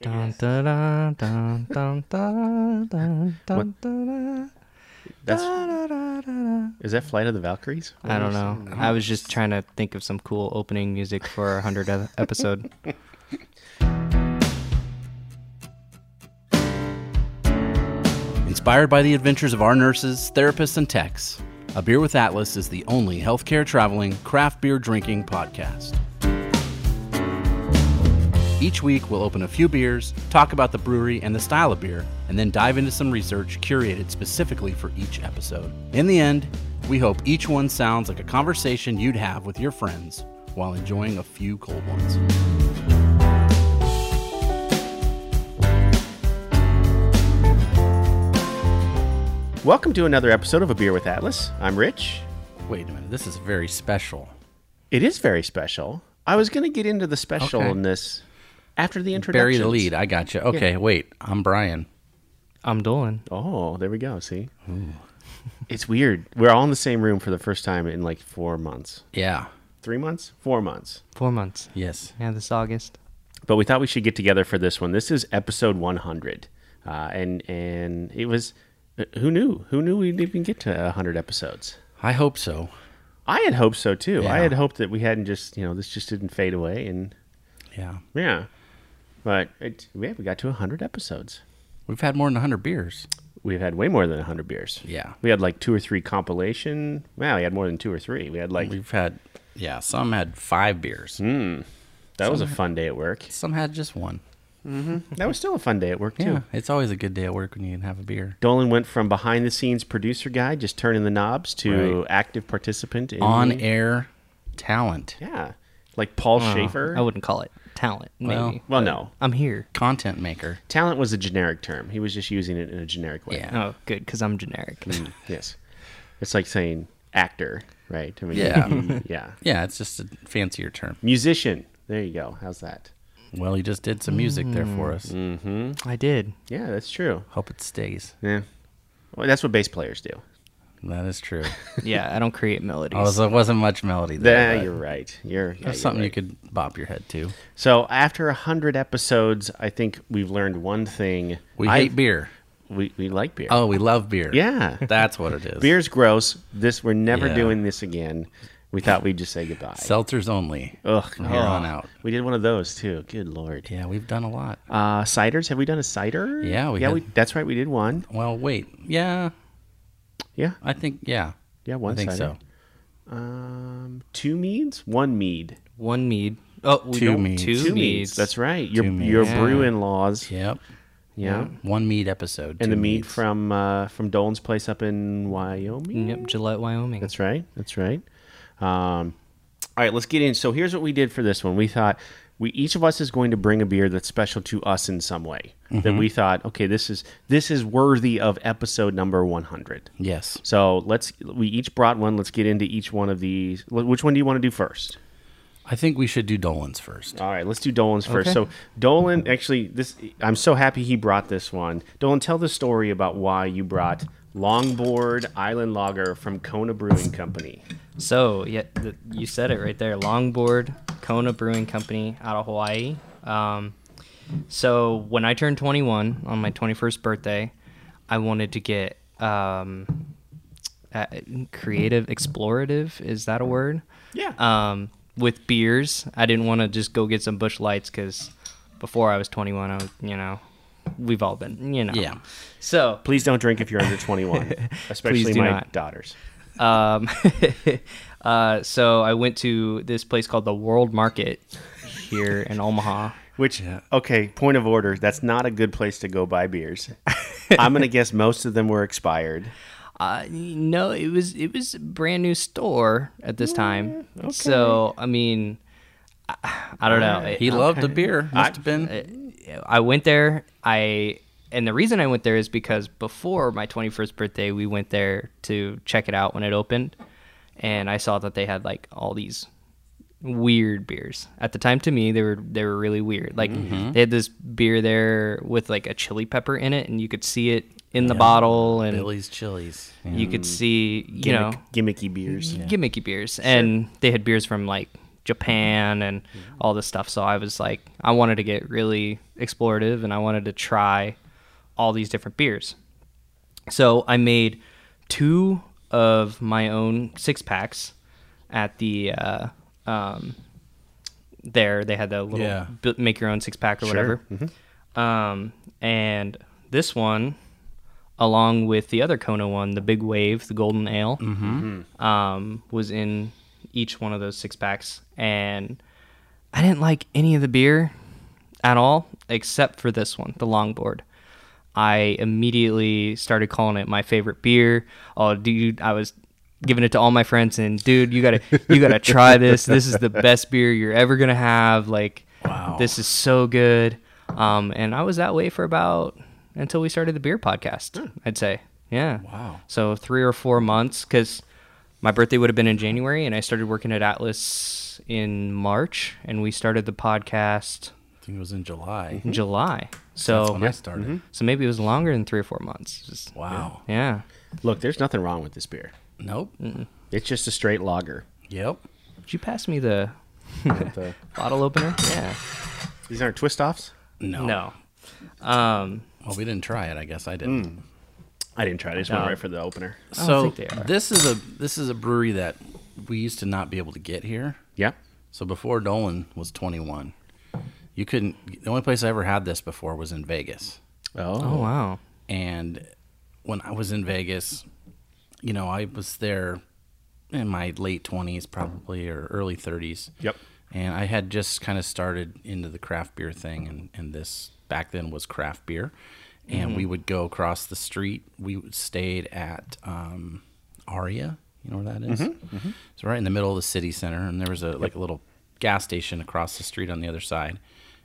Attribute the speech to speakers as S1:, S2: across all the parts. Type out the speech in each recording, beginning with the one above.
S1: Dun, da, da, dun, dun, da, da, dun, dun, da, da,
S2: That's
S3: Uh,
S1: da, da, da, da, da.
S2: is that Flight of the Valkyries?
S1: I don't know. I was just trying to think of some cool opening music for our 100th episode.
S3: Inspired by the adventures of our nurses, therapists, and techs, A Beer with Atlas is the only healthcare traveling, craft beer drinking podcast. Each week, we'll open a few beers, talk about the brewery and the style of beer, and then dive into some research curated specifically for each episode. In the end, we hope each one sounds like a conversation you'd have with your friends while enjoying a few cold ones.
S2: Welcome to another episode of A Beer with Atlas. I'm Rich.
S3: Wait a minute, this is very special.
S2: It is very special. I was going to get into the specialness after the introduction.
S3: Bury the lead. I got you. Okay, wait. I'm Brian.
S1: I'm Dolan.
S2: Oh, there we go. See, it's weird. We're all in the same room for the first time in like four months,
S3: Yeah.
S2: three months, four months.
S1: Four months.
S3: Yes.
S1: Yeah, this August.
S2: But we thought we should get together for this one. This is episode 100, uh, and and it was uh, who knew who knew we'd even get to 100 episodes.
S3: I hope so.
S2: I had hoped so too. I
S3: Yeah.
S2: had hoped that we hadn't just you know this just didn't fade away and
S3: Yeah.
S2: yeah, but it, yeah, we got to hundred episodes.
S3: We've had more than 100 beers.
S2: We've had way more than hundred beers.
S3: Yeah.
S2: we had like two or three compilation. Wow, we had more than two or three. We had like
S3: We've had, yeah, some had five beers.
S2: that was a fun day at work.
S3: Some had just one.
S2: That was still a fun day at work too.
S3: Yeah. It's always a good day at work when you can have a beer.
S2: Dolan went from behind the scenes producer guy, just turning the knobs, to
S3: Right.
S2: active participant in
S3: On air talent.
S2: Yeah, like Paul
S1: Uh,
S2: Schaefer.
S1: I wouldn't call it talent. Maybe.
S3: Well-
S2: well, no,
S1: I'm here.
S3: Content maker.
S2: talent was a generic term. He was just using it in a generic way.
S3: Yeah.
S1: Oh, good, because I'm generic.
S3: Mm,
S2: Yes. It's like saying actor, right? I mean,
S3: Yeah.
S2: you- yeah.
S3: Yeah, it's just a fancier term.
S2: Musician. There you go. How's that?
S3: Well, you just did some music there for us.
S1: I did.
S2: Yeah, that's true.
S3: Hope it stays.
S2: Yeah. Well, that's what bass players do.
S3: That is true.
S1: Yeah, I don't create melodies.
S3: I was, there wasn't much melody there.
S2: Yeah,
S3: but
S2: you're right. You're, yeah,
S3: that's
S2: you're
S3: something
S2: right.
S3: you could bop your head to.
S2: So after a hundred episodes, I think we've learned one thing.
S3: We
S2: I-
S3: hate beer.
S2: We, we like beer.
S3: Oh, we love beer.
S2: Yeah.
S3: That's what it is.
S2: Beer's gross. This we're never
S3: Yeah.
S2: doing this again. We thought we'd just say goodbye.
S3: Seltzers only.
S2: Ugh,
S3: From here on
S2: oh.
S3: out.
S2: We did one of those too. Good lord.
S3: Yeah, we've done a lot.
S2: Uh, ciders. Have we done a cider?
S3: Yeah, we
S2: yeah.
S3: had-
S2: We, that's right. We did one.
S3: Well, wait. Yeah,
S2: Yeah,
S3: I think yeah.
S2: yeah. One.
S3: I think
S2: cider.
S3: so.
S2: Um, two meads, one mead.
S1: One mead. Oh, we
S3: Two
S1: don't-
S3: meads.
S1: Two, meads.
S2: Two meads. That's right. Your
S3: meads.
S2: your
S1: Yeah.
S2: brew in laws. Yeah.
S3: Yep. One mead episode. two
S2: And the mead
S3: meads.
S2: from uh, from Dolan's place up in Wyoming.
S1: Yep, Gillette, Wyoming.
S2: That's right. That's right. Um, all right, let's get in. So here's what we did for this one. We thought we each of us is going to bring a beer that's special to us in some way. That we thought, okay, this is this is worthy of episode number 100.
S3: Yes.
S2: So let's we each brought one. Let's get into each one of these. Wh- Which one do you want to do first?
S3: I think we should do Dolan's first.
S2: All right, let's do Dolan's first.
S1: Okay.
S2: So Dolan, actually, this I'm so happy he brought this one. Dolan, tell the story about why you brought Longboard Island Lager from Kona Brewing Company.
S1: So, yeah, th- you said it right there. Longboard Kona Brewing Company out of Hawaii. Um, so, when I turned 21 on my 21st birthday, I wanted to get um, uh, creative, explorative. Is that a word?
S2: Yeah.
S1: Um, with beers, I didn't want to just go get some Bush Lights because before I was 21, I was, you know, we've all been, you know.
S3: Yeah.
S1: So,
S2: Please don't drink if you're under 21, especially
S1: Please do
S2: my
S1: not.
S2: daughters.
S1: Um, uh, so I went to this place called the World Market here in Omaha.
S2: Which okay, point of order, that's not a good place to go buy beers. I'm gonna guess most of them were expired.
S1: Uh, no, it was it was a brand new store at this time. So I mean, I, I don't know.
S3: He loved the beer. Must have been.
S1: I went there. I and the reason I went there is because before my 21st birthday, we went there to check it out when it opened, and I saw that they had like all these weird beers. At the time, to me, they were they were really weird. Like they had this beer there with like a chili pepper in it, and you could see it in the bottle, and
S3: Billy's Chili's. Yeah.
S1: you could see you know
S2: Gimmick, gimmicky beers.
S1: gimmicky beers, and they had beers from like Japan and all this stuff. So I was like, I wanted to get really explorative and I wanted to try all these different beers. So I made two of my own six packs at the uh, um, there. They had the little
S3: Yeah.
S1: bu- make your own six pack or whatever. Um, and this one, along with the other Kona one, the Big Wave, the Golden Ale, um, was in each one of those six packs. And I didn't like any of the beer at all, except for this one, the Longboard. I immediately started calling it my favorite beer. Oh, dude, I was giving it to all my friends, and dude, you gotta, you gotta try this. This is the best beer you're ever gonna have. Like,
S3: Wow.
S1: this is so good. Um, and I was that way for about until we started the beer podcast. I'd say, yeah,
S3: Hmm. Wow.
S1: So three or four months, because my birthday would have been in January, and I started working at Atlas in March, and we started the podcast
S3: I think it was in July.
S1: in July. So
S3: Hmm. That's when I started.
S1: so maybe it was longer than three or four months. Just-
S3: Wow.
S1: Yeah.
S2: Look, there's nothing wrong with this beer.
S3: Nope.
S2: It's just a straight lager.
S3: Yep.
S1: Did you pass me the
S2: With the-
S1: bottle opener? Yeah.
S2: these aren't twist offs.
S3: No.
S1: No.
S3: Oh.
S1: Um,
S3: Well, we didn't try it. I guess I didn't.
S2: I didn't try. it. I just went right for the opener.
S1: don't
S3: So
S1: think they are.
S3: this is a this is a brewery that we used to not be able to get here.
S2: Yeah.
S3: So before Dolan was 21, you couldn't. The only place I ever had this before was in Vegas.
S1: oh
S2: Oh.
S1: wow.
S3: And when I was in Vegas, you know, I was there in my late 20s, probably, or early 30s.
S2: Yep.
S3: And I had just kind of started into the craft beer thing, and, and this back then was craft beer. And we would go across the street. We stayed at um, Aria. You know where that is? It's right in the middle of the city center, and there was a like a little gas station across the street on the other side,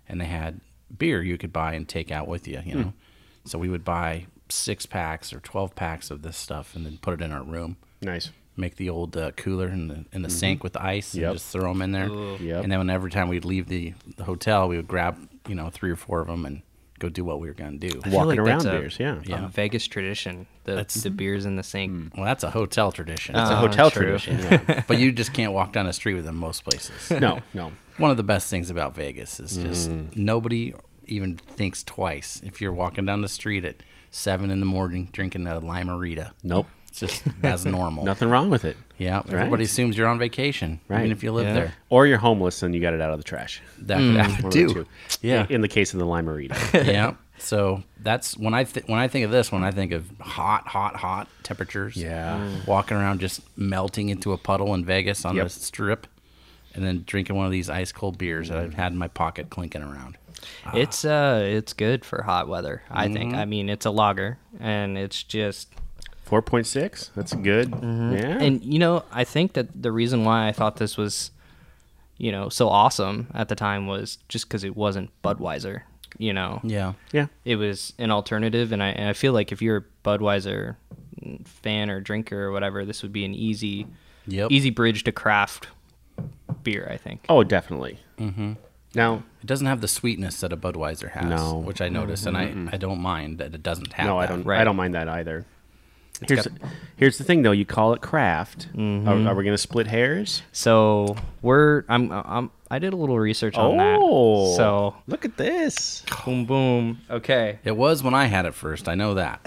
S3: and they had beer you could buy and take out with you. You know, so we would buy six packs or twelve packs of this stuff, and then put it in our room
S2: Nice.
S3: make the old uh, cooler in the in the sink with ice
S2: Mm-hmm. Yep.
S3: and just throw them in there.
S2: Yep.
S3: And then when every time we'd leave the, the hotel, we would grab you know three or four of them and go do what we were gonna do.
S1: I feel
S2: Walking
S1: like that's
S2: around
S1: a-
S2: beers. Yeah.
S1: a Um, Vegas tradition. The the beers in the sink.
S3: Well, that's a hotel tradition,
S2: It's a
S1: Oh,
S2: hotel
S1: true.
S2: tradition. Yeah.
S3: but you just can't walk down the street with them most places.
S2: no. No.
S3: One of the best things about Vegas is just
S2: Mm-hmm.
S3: nobody even thinks twice if you're walking down the street at seven in the morning drinking a limerita.
S2: Nope.
S3: It's just as normal.
S2: Nothing wrong with it.
S3: Yeah, everybody assumes you're on vacation,
S2: Right.
S3: even if you live
S1: Yeah.
S3: there.
S2: Or you're homeless and you got it out of the trash.
S3: That could happen
S2: One of the
S3: too.
S2: Mm. two.
S3: Yeah,
S2: In the case of the Limerita.
S3: yeah. So that's when I th- when I think of this, when I think of hot, hot, hot temperatures.
S2: Yeah.
S3: walking around just melting into a puddle in Vegas on
S2: Yep.
S3: the strip, and then drinking one of these ice cold beers that I've had in my pocket clinking around.
S1: It's uh it's good for hot weather, I think. I mean it's a lager and it's just
S2: 4.6. That's good. Yeah.
S1: and you know, I think that the reason why I thought this was, you know, so awesome at the time was just because it wasn't Budweiser, you know.
S3: Yeah,
S2: yeah.
S1: it was an alternative and I, and I feel like if you're a budweiser fan or drinker or whatever this would be an easy
S3: Yep.
S1: easy bridge to craft beer i think
S2: Oh, definitely. Mm-hmm. Now,
S3: it doesn't have the sweetness that a Budweiser has,
S2: No.
S3: which I notice, and I, I don't mind that it doesn't have.
S2: no, I
S3: that.
S2: don't.
S1: Right.
S2: I don't mind that either. Here's here's the thing though. You call it craft. Are, are we going to split hairs?
S1: so we're i'm i'm i did a little research on that so
S2: Oh. look at this.
S1: boom boom okay
S3: It was when I had it first. I know that.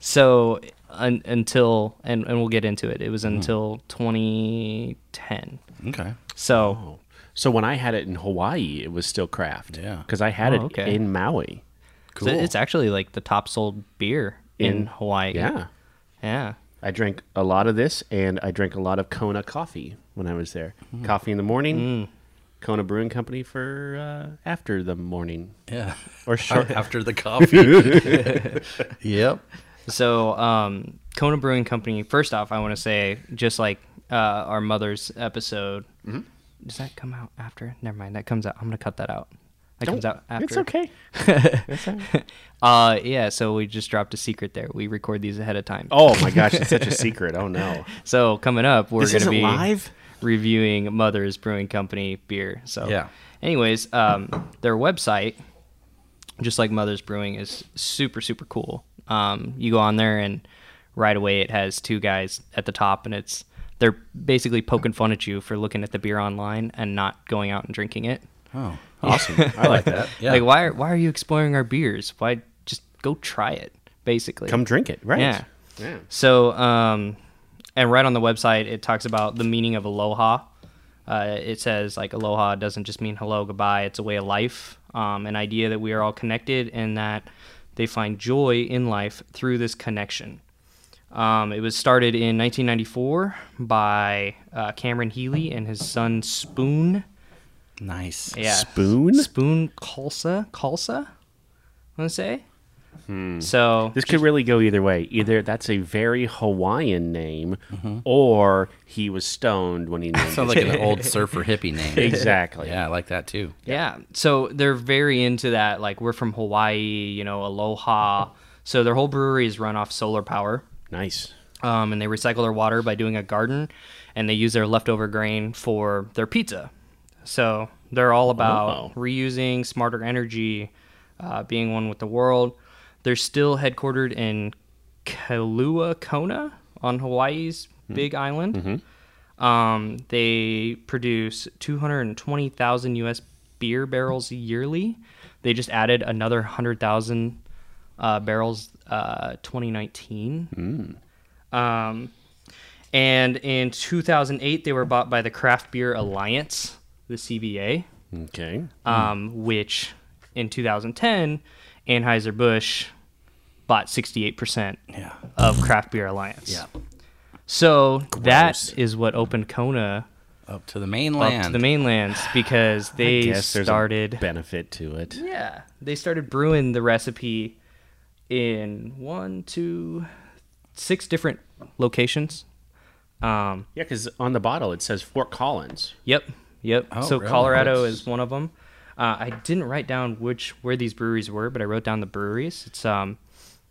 S1: so un, until and, and we'll get into it it was
S2: Mm-hmm.
S1: until 2010
S3: okay.
S1: so
S2: Oh, So when I had it in Hawaii, it was still craft.
S3: Yeah.
S2: Because I had
S1: Oh,
S2: it
S1: okay.
S2: in Maui.
S1: so it's actually like the top sold beer in,
S2: In-
S1: hawaii
S2: Yeah.
S1: yeah
S2: I drank a lot of this, and I drank a lot of Kona coffee when I was there. Coffee in the morning. Kona Brewing Company for uh, after the morning
S3: Yeah.
S2: or short.
S3: After the coffee. yep.
S1: So, um, Kona Brewing Company. First off, I want to say, just like uh, our mother's episode,
S2: Mm-hmm.
S1: does that come out after? Never mind, that comes out. I'm gonna cut that out. That comes out after.
S2: It's okay.
S1: Uh, yeah. So we just dropped a secret there. We record these ahead of time.
S2: Oh my gosh, it's such a secret. Oh no.
S1: So coming up, we're
S2: This
S1: gonna
S2: isn't
S1: be
S2: live?
S1: reviewing Mother's Brewing Company beer. So
S3: Yeah.
S1: Anyways, um, their website, just like Mother's Brewing, is super super cool. Um, you go on there and right away it has two guys at the top, and it's they're basically poking fun at you for looking at the beer online and not going out and drinking it.
S3: Oh, awesome! I like that. Yeah.
S1: Like why are, why are you exploring our beers? Why just go try it basically.
S2: Come drink it, right?
S1: Yeah. So, um, and right on the website, it talks about the meaning of aloha. Uh, it says like aloha doesn't just mean hello, goodbye. It's a way of life, um, an idea that we are all connected and that they find joy in life through this connection. Um, it was started in 1994 by uh, Cameron Healy and his son Spoon.
S3: Nice.
S1: Yeah.
S2: Spoon?
S1: Spoon Kalsa. Kalsa? I want to say. So
S2: This could really go either way. Either that's a very Hawaiian name, or he was stoned when he named
S3: Sounds
S2: it.
S3: like an old surfer hippie name.
S2: exactly.
S3: Yeah, I like that too.
S1: Yeah. So they're very into that. Like, we're from Hawaii, you know, aloha. So their whole brewery is run off solar power.
S2: Nice.
S1: Um, and they recycle their water by doing a garden and they use their leftover grain for their pizza. So they're all about
S2: Oh.
S1: reusing, smarter energy, uh, being one with the world. They're still headquartered in Kalua Kona on Hawaii's big island. Um, they produce 220,000 U.S. beer barrels yearly. They just added another 100,000 uh, barrels uh, 2019. Um, and in 2008, they were bought by the Craft Beer Alliance, the CBA,
S2: Okay.
S1: um, which in 2010, Anheuser-Busch bought 68%
S3: Yeah.
S1: of Craft Beer Alliance.
S3: Yeah.
S1: So
S2: Gross.
S1: that is what opened Kona
S3: Up to the mainland.
S1: up to the mainlands because they
S2: Yes, there's
S1: started.
S2: a benefit to it.
S1: yeah, they started brewing the recipe in one, two, six different locations. Um,
S2: Yeah, because on the bottle it says Fort Collins.
S1: yep, yep.
S3: Oh,
S1: so
S3: really?
S1: Colorado
S3: That's-
S1: is one of them. Uh, I didn't write down which where these breweries were, but I wrote down the breweries. It's um,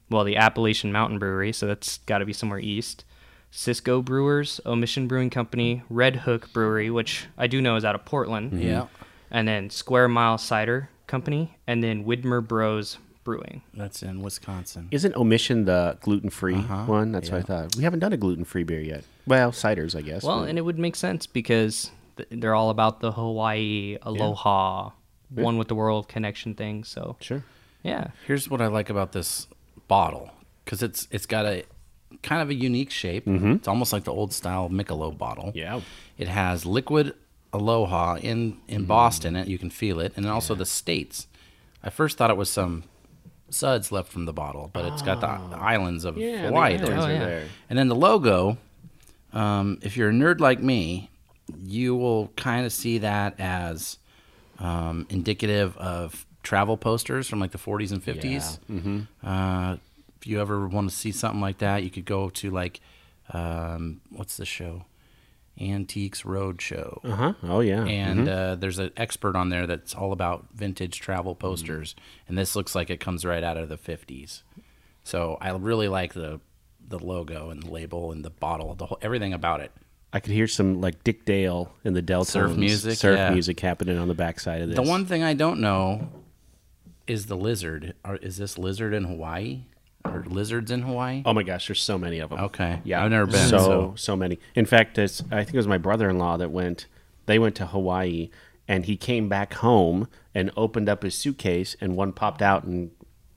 S1: well, the Appalachian Mountain Brewery, so that's got to be somewhere east. Cisco Brewers, Omission Brewing Company, Red Hook Brewery, which I do know is out of Portland.
S3: Yeah.
S1: and then Square Mile Cider Company, and then Widmer Bros Brewing.
S3: That's in Wisconsin.
S2: Isn't omission the gluten free one? That's what I thought. We haven't done a gluten free beer yet. Well, ciders, I guess.
S1: Well,
S2: but-
S1: and it would make sense because th- they're all about the Hawaii aloha, one with the world connection thing. So,
S2: sure.
S1: yeah,
S3: Here's what I like about this bottle because it's it's got a kind of a unique shape. It's almost like the old style Michelob bottle.
S2: Yeah.
S3: It has liquid aloha in in Boston. It, you can feel it, and also the states. I first thought it was some suds left from the bottle, but it's got the, the islands of
S2: Yeah,
S3: Hawaii
S2: the
S3: there.
S2: islands
S1: Oh,
S2: are
S1: yeah.
S2: there.
S3: And then the logo, um, if you're a nerd like me, you will kind of see that as um, indicative of travel posters from like the 40s and 50s. Uh, if you ever want to see something like that, you could go to like, um, what's the show? Antiques Roadshow
S2: Uh huh. Oh yeah.
S3: and uh, there's an expert on there that's all about vintage travel
S2: Mm-hmm.
S3: posters, and this looks like it comes right out of the '50s. So I really like the the logo and the label and the bottle, the whole everything about it.
S2: I could hear some like Dick Dale in the Delta
S3: Surf music,
S2: surf
S3: yeah.
S2: music happening on the backside of this.
S3: The one thing I don't know is the lizard. Are, is this lizard in Hawaii? Or lizards in Hawaii?
S2: Oh my gosh, there's so many of them.
S3: Okay.
S2: Yeah,
S3: I've never been,
S2: So
S3: so-
S2: so, many. In fact, it's, I think it was my brother-in-law that went. They went to Hawaii, and he came back home and opened up his suitcase, and one popped out and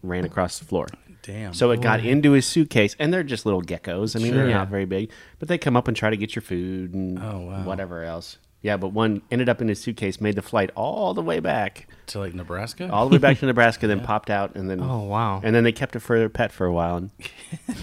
S2: ran across the floor.
S3: Damn.
S2: So it got into his suitcase, and they're just little geckos. I mean, they're not very big, but they come up and try to get your food and
S3: Oh, wow.
S2: whatever else. Yeah, but one ended up in his suitcase, made the flight all the way back,
S3: to like Nebraska?
S2: all the way back to Nebraska, then popped out, and then
S1: Oh, wow.
S2: and then they kept it for their pet for a while,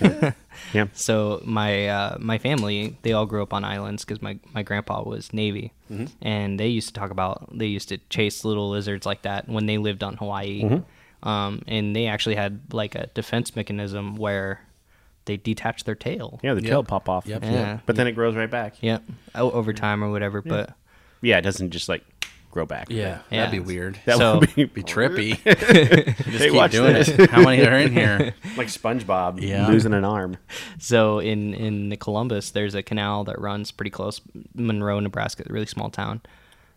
S2: and yeah,
S1: So my uh, my family they all grew up on islands because my my grandpa was Navy, and they used to talk about they used to chase little lizards like that when they lived on Hawaii, um, and they actually had like a defense mechanism where they detach their tail.
S2: yeah, the tail pop off,
S3: Yep.
S2: yeah.
S1: Yeah.
S2: but then it grows right back. Yeah.
S1: Yep. O- over time or whatever, but
S2: it doesn't just like grow back.
S3: yeah,
S1: Yeah.
S3: that'd be weird.
S2: that
S1: So-
S2: would be,
S3: Be trippy. just keep
S2: watch
S3: doing
S2: this.
S3: it. How many are in here?
S2: like SpongeBob
S3: Yeah.
S2: losing an arm.
S1: So in in the Columbus, there's a canal that runs pretty close Monroe, Nebraska, a really small town.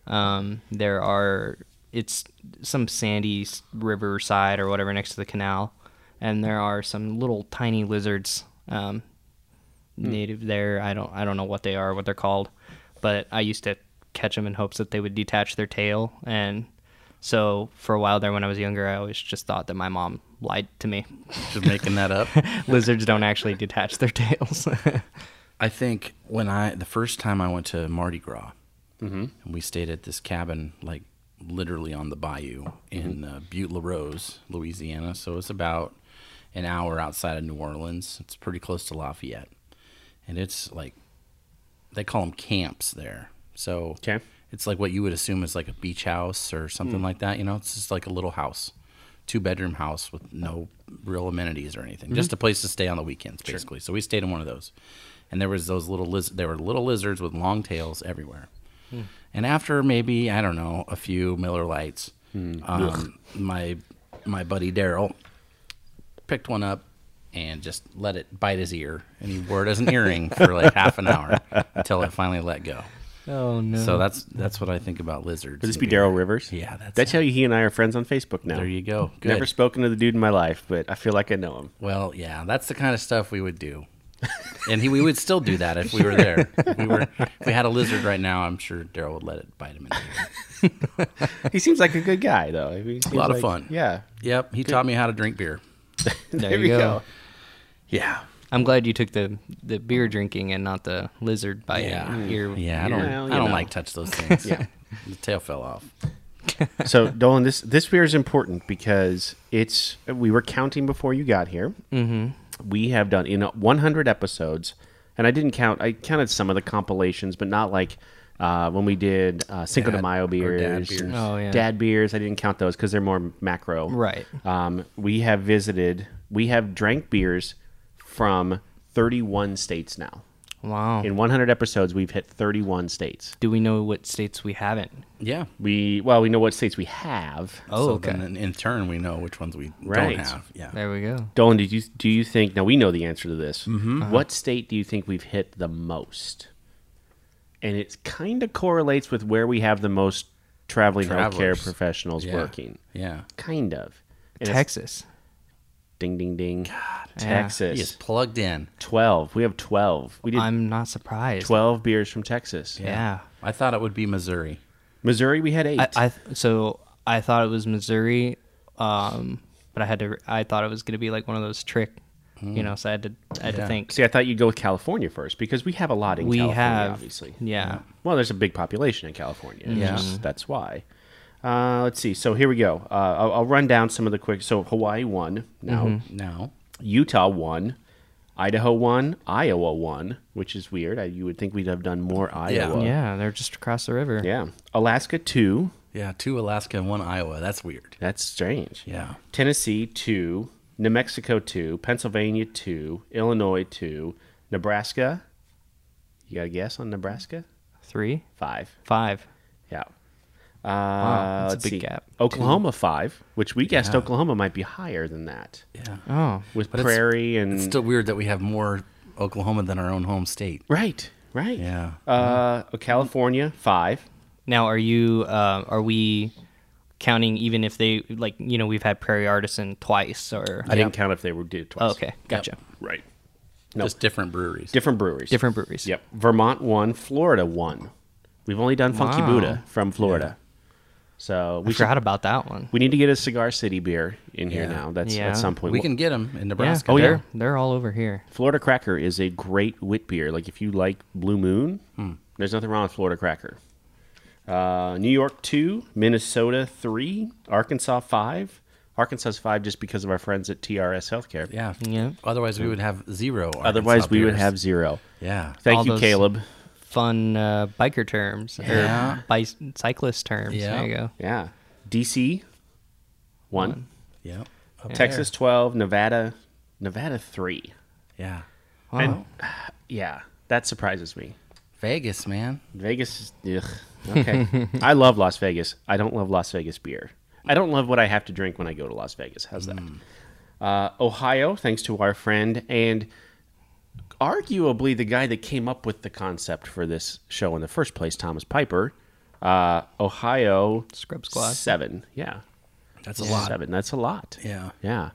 S1: Um, there are it's some sandy s- riverside or whatever next to the canal, and there are some little tiny lizards um, native there. I don't I don't know what they are, what they're called, but I used to catch them in hopes that they would detach their tail. And so for a while there, when I was younger, I always just thought that my mom lied to me.
S3: Just making that up.
S1: Lizards don't actually detach their tails.
S3: I think when I the first time I went to Mardi Gras, and we stayed at this cabin like literally on the bayou in uh, Butte La Rose, Louisiana. So it's about an hour outside of New Orleans. It's pretty close to Lafayette, and it's like they call them camps there. So
S2: Okay.
S3: it's like what you would assume is like a beach house or something like that. You know, it's just like a little house, two bedroom house with no real amenities or anything, just a place to stay on the weekends, basically. So we stayed in one of those, and there was those little liz- there were little lizards with long tails everywhere. And after maybe I don't know a few Miller Lights, um, my my buddy Daryl picked one up and just let it bite his ear, and he wore it as an earring for like half an hour until it finally let go.
S1: oh no!
S3: So that's that's what I think about lizards.
S2: Could this be Daryl Rivers?
S3: Yeah, that's
S2: That's how he and I are friends on Facebook now.
S3: There you go. Good.
S2: Never spoken to the dude in my life, but I feel like I know him.
S3: well, yeah, that's the kind of stuff we would do, and he, we would still do that if we were there. If we were. If we had a lizard right now, I'm sure Daryl would let it bite him. In the ear.
S2: He seems like a good guy, though. I mean, he seems
S3: lot
S2: like-
S3: of fun.
S2: Yeah.
S3: Yep, he taught me how to drink beer.
S1: there,
S2: There
S1: you
S2: we
S1: go.
S2: go.
S3: Yeah.
S1: I'm glad you took the the beer drinking and not the lizard biting
S3: Yeah. Mm.
S1: ear.
S3: Yeah.
S1: ear.
S3: I don't.
S2: Mm. Well,
S3: I
S2: you
S3: don't
S2: know.
S3: like touch those things. yeah. The tail fell off.
S2: so Dolan, this this beer is important because it's we were counting before you got here. Mm-hmm. We have done in 100 episodes, and I didn't count. I counted some of the compilations, but not like uh, when we did uh, Cinco
S3: Dad-
S2: de Mayo
S3: or dad
S2: beers,
S3: beers.
S2: and
S1: Oh, yeah.
S2: dad beers. I didn't count those because they're more macro.
S1: Right.
S2: Um, we have visited. We have drank beers from 31 states now.
S1: Wow.
S2: In 100 episodes, we've hit 31 states.
S1: Do we know what states we haven't?
S3: Yeah.
S2: We well, we know what states we have.
S1: Oh,
S3: so
S1: okay.
S3: Then in, in turn, we know which ones we
S2: Right.
S3: don't have. Yeah.
S1: There we go.
S2: Dolan, did you do you think? Now we know the answer to this.
S3: Mm-hmm. Uh-huh.
S2: What state do you think we've hit the most? And it kind of correlates with where we have the most traveling
S3: Travelers.
S2: healthcare professionals
S3: Yeah.
S2: working.
S3: Yeah.
S2: Kind of. And it's-
S1: Texas.
S2: Ding ding ding.
S3: He
S2: Texas.
S3: is plugged in.
S2: Twelve. We have twelve. We did
S1: I'm not surprised.
S2: twelve beers from Texas.
S1: Yeah.
S3: I thought it would be Missouri.
S2: Missouri, we had eight.
S1: I, I th- so I thought it was Missouri, um, but I had to. I thought it was gonna be like one of those trick, you know. So I had to. I had
S3: Mm. Yeah.
S1: to think.
S2: See, I thought you'd go with California first because we have a lot in
S1: we
S2: California,
S1: have
S2: obviously.
S1: Yeah.
S2: Well, there's a big population in California. It's
S3: Yeah.
S2: just- that's why. Uh, let's see. So here we go. Uh, I'll, I'll run down some of the quick. So Hawaii won. Now
S3: No.
S2: Utah won. Idaho won. Iowa won, which is weird. I, you would think we'd have done more Iowa.
S1: Yeah. They're just across the river.
S2: Yeah. Alaska two.
S3: Yeah, two Alaska and one Iowa. That's weird.
S2: That's strange.
S3: Yeah.
S2: Tennessee two. New Mexico two. Pennsylvania two. Illinois two. Nebraska. You got a guess on Nebraska?
S1: Three,
S2: Five.
S1: five.
S2: Yeah. Uh,
S1: that's a
S2: let's
S1: big
S2: see.
S1: gap.
S2: Oklahoma five, which we guessed Oklahoma might be higher than that,
S3: Yeah.
S1: Oh.
S2: with
S3: But it's-
S2: Prairie and
S3: It's still weird that we have more Oklahoma than our own home state.
S2: right, right.
S3: Yeah.
S2: Uh,
S1: Mm-hmm.
S2: California five.
S1: Now, are you? Uh, are we? Counting even if they like you know we've had Prairie Artisan twice or oh,
S2: I didn't count if they were did it twice.
S1: okay gotcha
S2: right.
S3: Just different breweries.
S2: Different breweries.
S1: different breweries
S2: Yep. Vermont one. Florida one. We've only done Funky
S1: Wow.
S2: Buddha from Florida, so we
S1: we
S2: should-
S1: forgot about that one
S2: we need to get a Cigar City beer in here
S3: Yeah.
S2: now. That's
S1: Yeah.
S2: at some point
S3: we can get them in Nebraska.
S1: Yeah,
S2: Oh, yeah.
S1: they're, they're all over here.
S2: Florida Cracker is a great wit beer. Like if you like Blue Moon,
S3: Hmm.
S2: there's nothing wrong with Florida Cracker. Uh, New York two, Minnesota three, Arkansas five. Arkansas's five just because of our friends at TRS Healthcare.
S3: Yeah.
S1: Yeah.
S3: Otherwise, we would have zero. Arkansas
S2: Otherwise, we would
S3: beers.
S2: have zero.
S3: Yeah.
S2: Thank
S1: All
S2: you,
S1: those-
S2: Caleb.
S1: Fun uh, biker terms
S3: Yeah.
S1: or bi- cyclist terms.
S3: Yeah.
S1: There you go.
S2: Yeah, DC one,
S3: Yeah. Up
S2: Texas twelve, Nevada, Nevada three.
S3: there. Yeah.
S1: Wow.
S2: Yeah, that surprises me.
S3: Vegas, man.
S2: Vegas is ugh. okay. I love Las Vegas. I don't love Las Vegas beer. I don't love what I have to drink when I go to Las Vegas. How's that?
S1: Hmm.
S2: Uh, Ohio, thanks to our friend and arguably the guy that came up with the concept for this show in the first place, Thomas Piper. Uh, Ohio
S1: Scrub Squad.
S2: seven, yeah,
S3: That's a lot.
S2: seven. That's a lot.
S3: Yeah.
S2: yeah.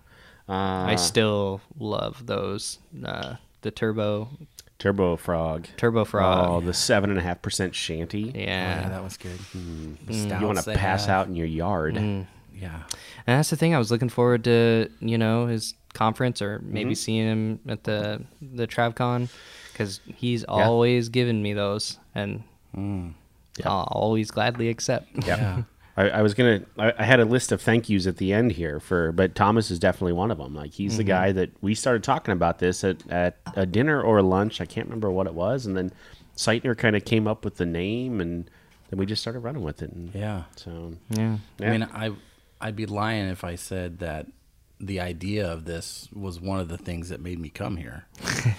S1: I still love those. Uh, the turbo
S2: Turbo Frog.
S1: Turbo
S2: Oh,
S1: Frog.
S2: the seven and a half percent shanty.
S1: yeah.
S3: Yeah, that was good. The
S2: Hmm. You want
S3: stouts
S2: to
S3: they
S2: pass
S3: have.
S2: out in your yard.
S1: Mm.
S3: Yeah.
S1: And that's the thing. I was looking forward to you know his conference or maybe seeing him at the the TravCon because he's always given me those, and I'll always gladly accept.
S3: Yeah.
S2: I, I was gonna. I, I had a list of thank yous at the end here for, but Thomas is definitely one of them. Like he's
S3: Mm-hmm.
S2: the guy that we started talking about this at at a dinner or a lunch. I can't remember what it was, and then Seitner kind of came up with the name, and then we just started running with it. And
S3: Yeah.
S2: So
S1: Yeah.
S2: Yeah.
S3: I mean, I I'd be lying if I said that the idea of this was one of the things that made me come here.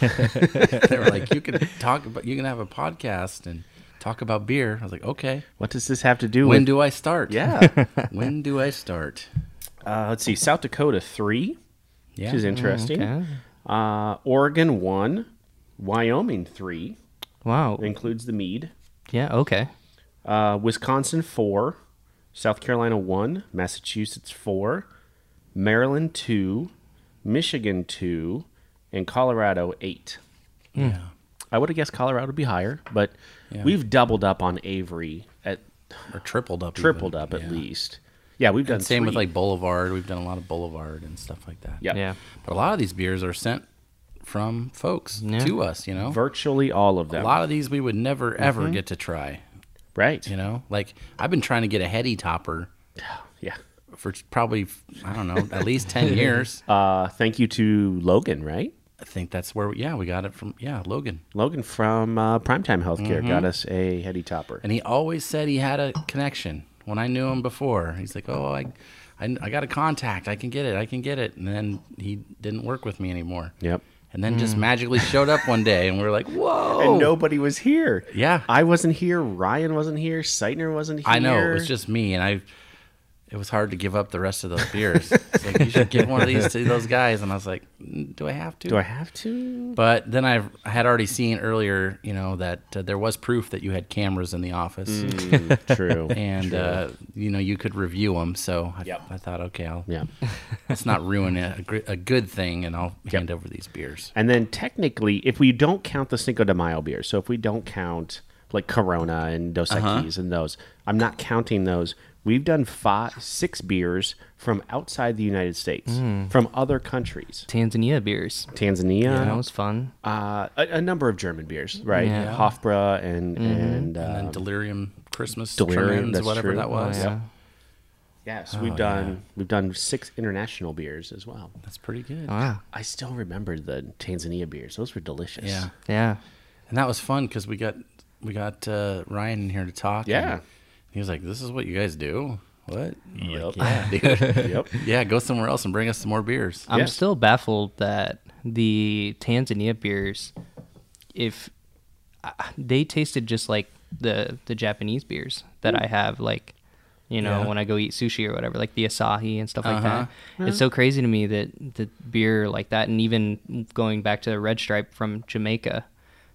S3: they were like, you can talk about, you can have a podcast and talk about beer. I was like, okay.
S2: what does this have to do
S3: When
S2: with?
S3: do I start?
S2: yeah.
S3: when do I start?
S2: uh, let's see. South Dakota three,
S3: Yeah. Mm-hmm.
S2: which is interesting.
S1: Okay.
S2: Uh, Oregon one, Wyoming three
S1: Wow.
S2: includes the mead.
S1: Yeah. Okay.
S2: Uh, Wisconsin four, South Carolina one, Massachusetts four, Maryland two, Michigan two, and Colorado eight.
S3: Yeah.
S2: I would have guessed Colorado would be higher, but
S3: Yeah.
S2: we've doubled up on Avery at
S3: Or tripled up.
S2: tripled
S3: even.
S2: up at
S3: Yeah.
S2: least. Yeah, we've done
S3: And same with
S2: three.
S3: like Boulevard. We've done a lot of Boulevard and stuff like that.
S2: yeah,
S1: Yeah.
S3: But a lot of these beers are sent from folks
S1: Yeah.
S3: to us, you know?
S2: virtually all of
S3: a
S2: them.
S3: lot of these we would never, ever
S2: Mm-hmm.
S3: get to try.
S2: Right?
S3: You know, like I've been trying to get a heady topper
S2: Yeah.
S3: for probably I don't know at least ten years.
S2: Uh, thank you to Logan. Right.
S3: I think that's where we, yeah we got it from yeah Logan,
S2: Logan from uh, Primetime Healthcare got us a heady topper.
S3: Mm-hmm. and he always said he had a connection. When I knew him before, he's like, oh I, I, I got a contact, I can get it, I can get it, and then he didn't work with me anymore.
S2: Yep.
S3: And then just magically showed up one day, and we were like, whoa.
S2: Hmm. and nobody was here.
S3: Oh. Yeah.
S2: I wasn't here. Ryan wasn't here. Seitner wasn't here.
S3: I know it was just me, and I. It was hard to give up the rest of those beers. It's like you should give one of these to those guys, and I was like, "Mm, do I have to?
S2: Do I have to?
S3: But then I've, I had already seen earlier, you know, that uh, there was proof that you had cameras in the office,
S2: Mm, True.
S3: and uh, you know you could review them. So I,
S2: Yep.
S3: I thought, okay, I'll,
S2: yeah.
S3: let's not ruin a, a gr- a good thing, and I'll hand over these beers.
S2: And then technically, if we don't count the Cinco de Mayo beers, so if we don't count like Corona and Dos
S3: Uh-huh.
S2: Equis and those, I'm not counting those. We've done five, six beers from outside the United States,
S3: Hmm.
S2: from other countries,
S1: Tanzania beers.
S2: Tanzania,
S1: That was fun.
S2: uh, a, a number of German beers, right?
S1: Yeah.
S2: Hofbräu and and, uh,
S3: Mm-hmm. And then Delirium Christmas
S2: Delirium,
S3: Trends,
S2: that's
S3: whatever
S2: true. Oh,
S3: that was.
S1: Yeah.
S2: yes, we've done we've done six international beers as well.
S3: That's pretty good.
S1: Wow.
S2: I still remember the Tanzania beers; those were delicious.
S3: Yeah,
S1: Yeah.
S3: and that was fun because we got we got uh, Ryan in here to talk.
S2: Yeah.
S3: and he was like, "This is what you guys do." What? I'm
S2: Yep.
S3: like, yeah, dude.
S2: Yep.
S3: yeah, go somewhere else and bring us some more beers.
S1: I'm
S2: Yeah.
S1: still baffled that the Tanzania beers, if uh, they tasted just like the the Japanese beers that I have, like you know
S3: Hmm. Yeah. Uh-huh.
S1: when I go eat sushi or whatever, like the Asahi and stuff like that. It's so crazy to me that the beer like that, and even going back to the Red Stripe from Jamaica,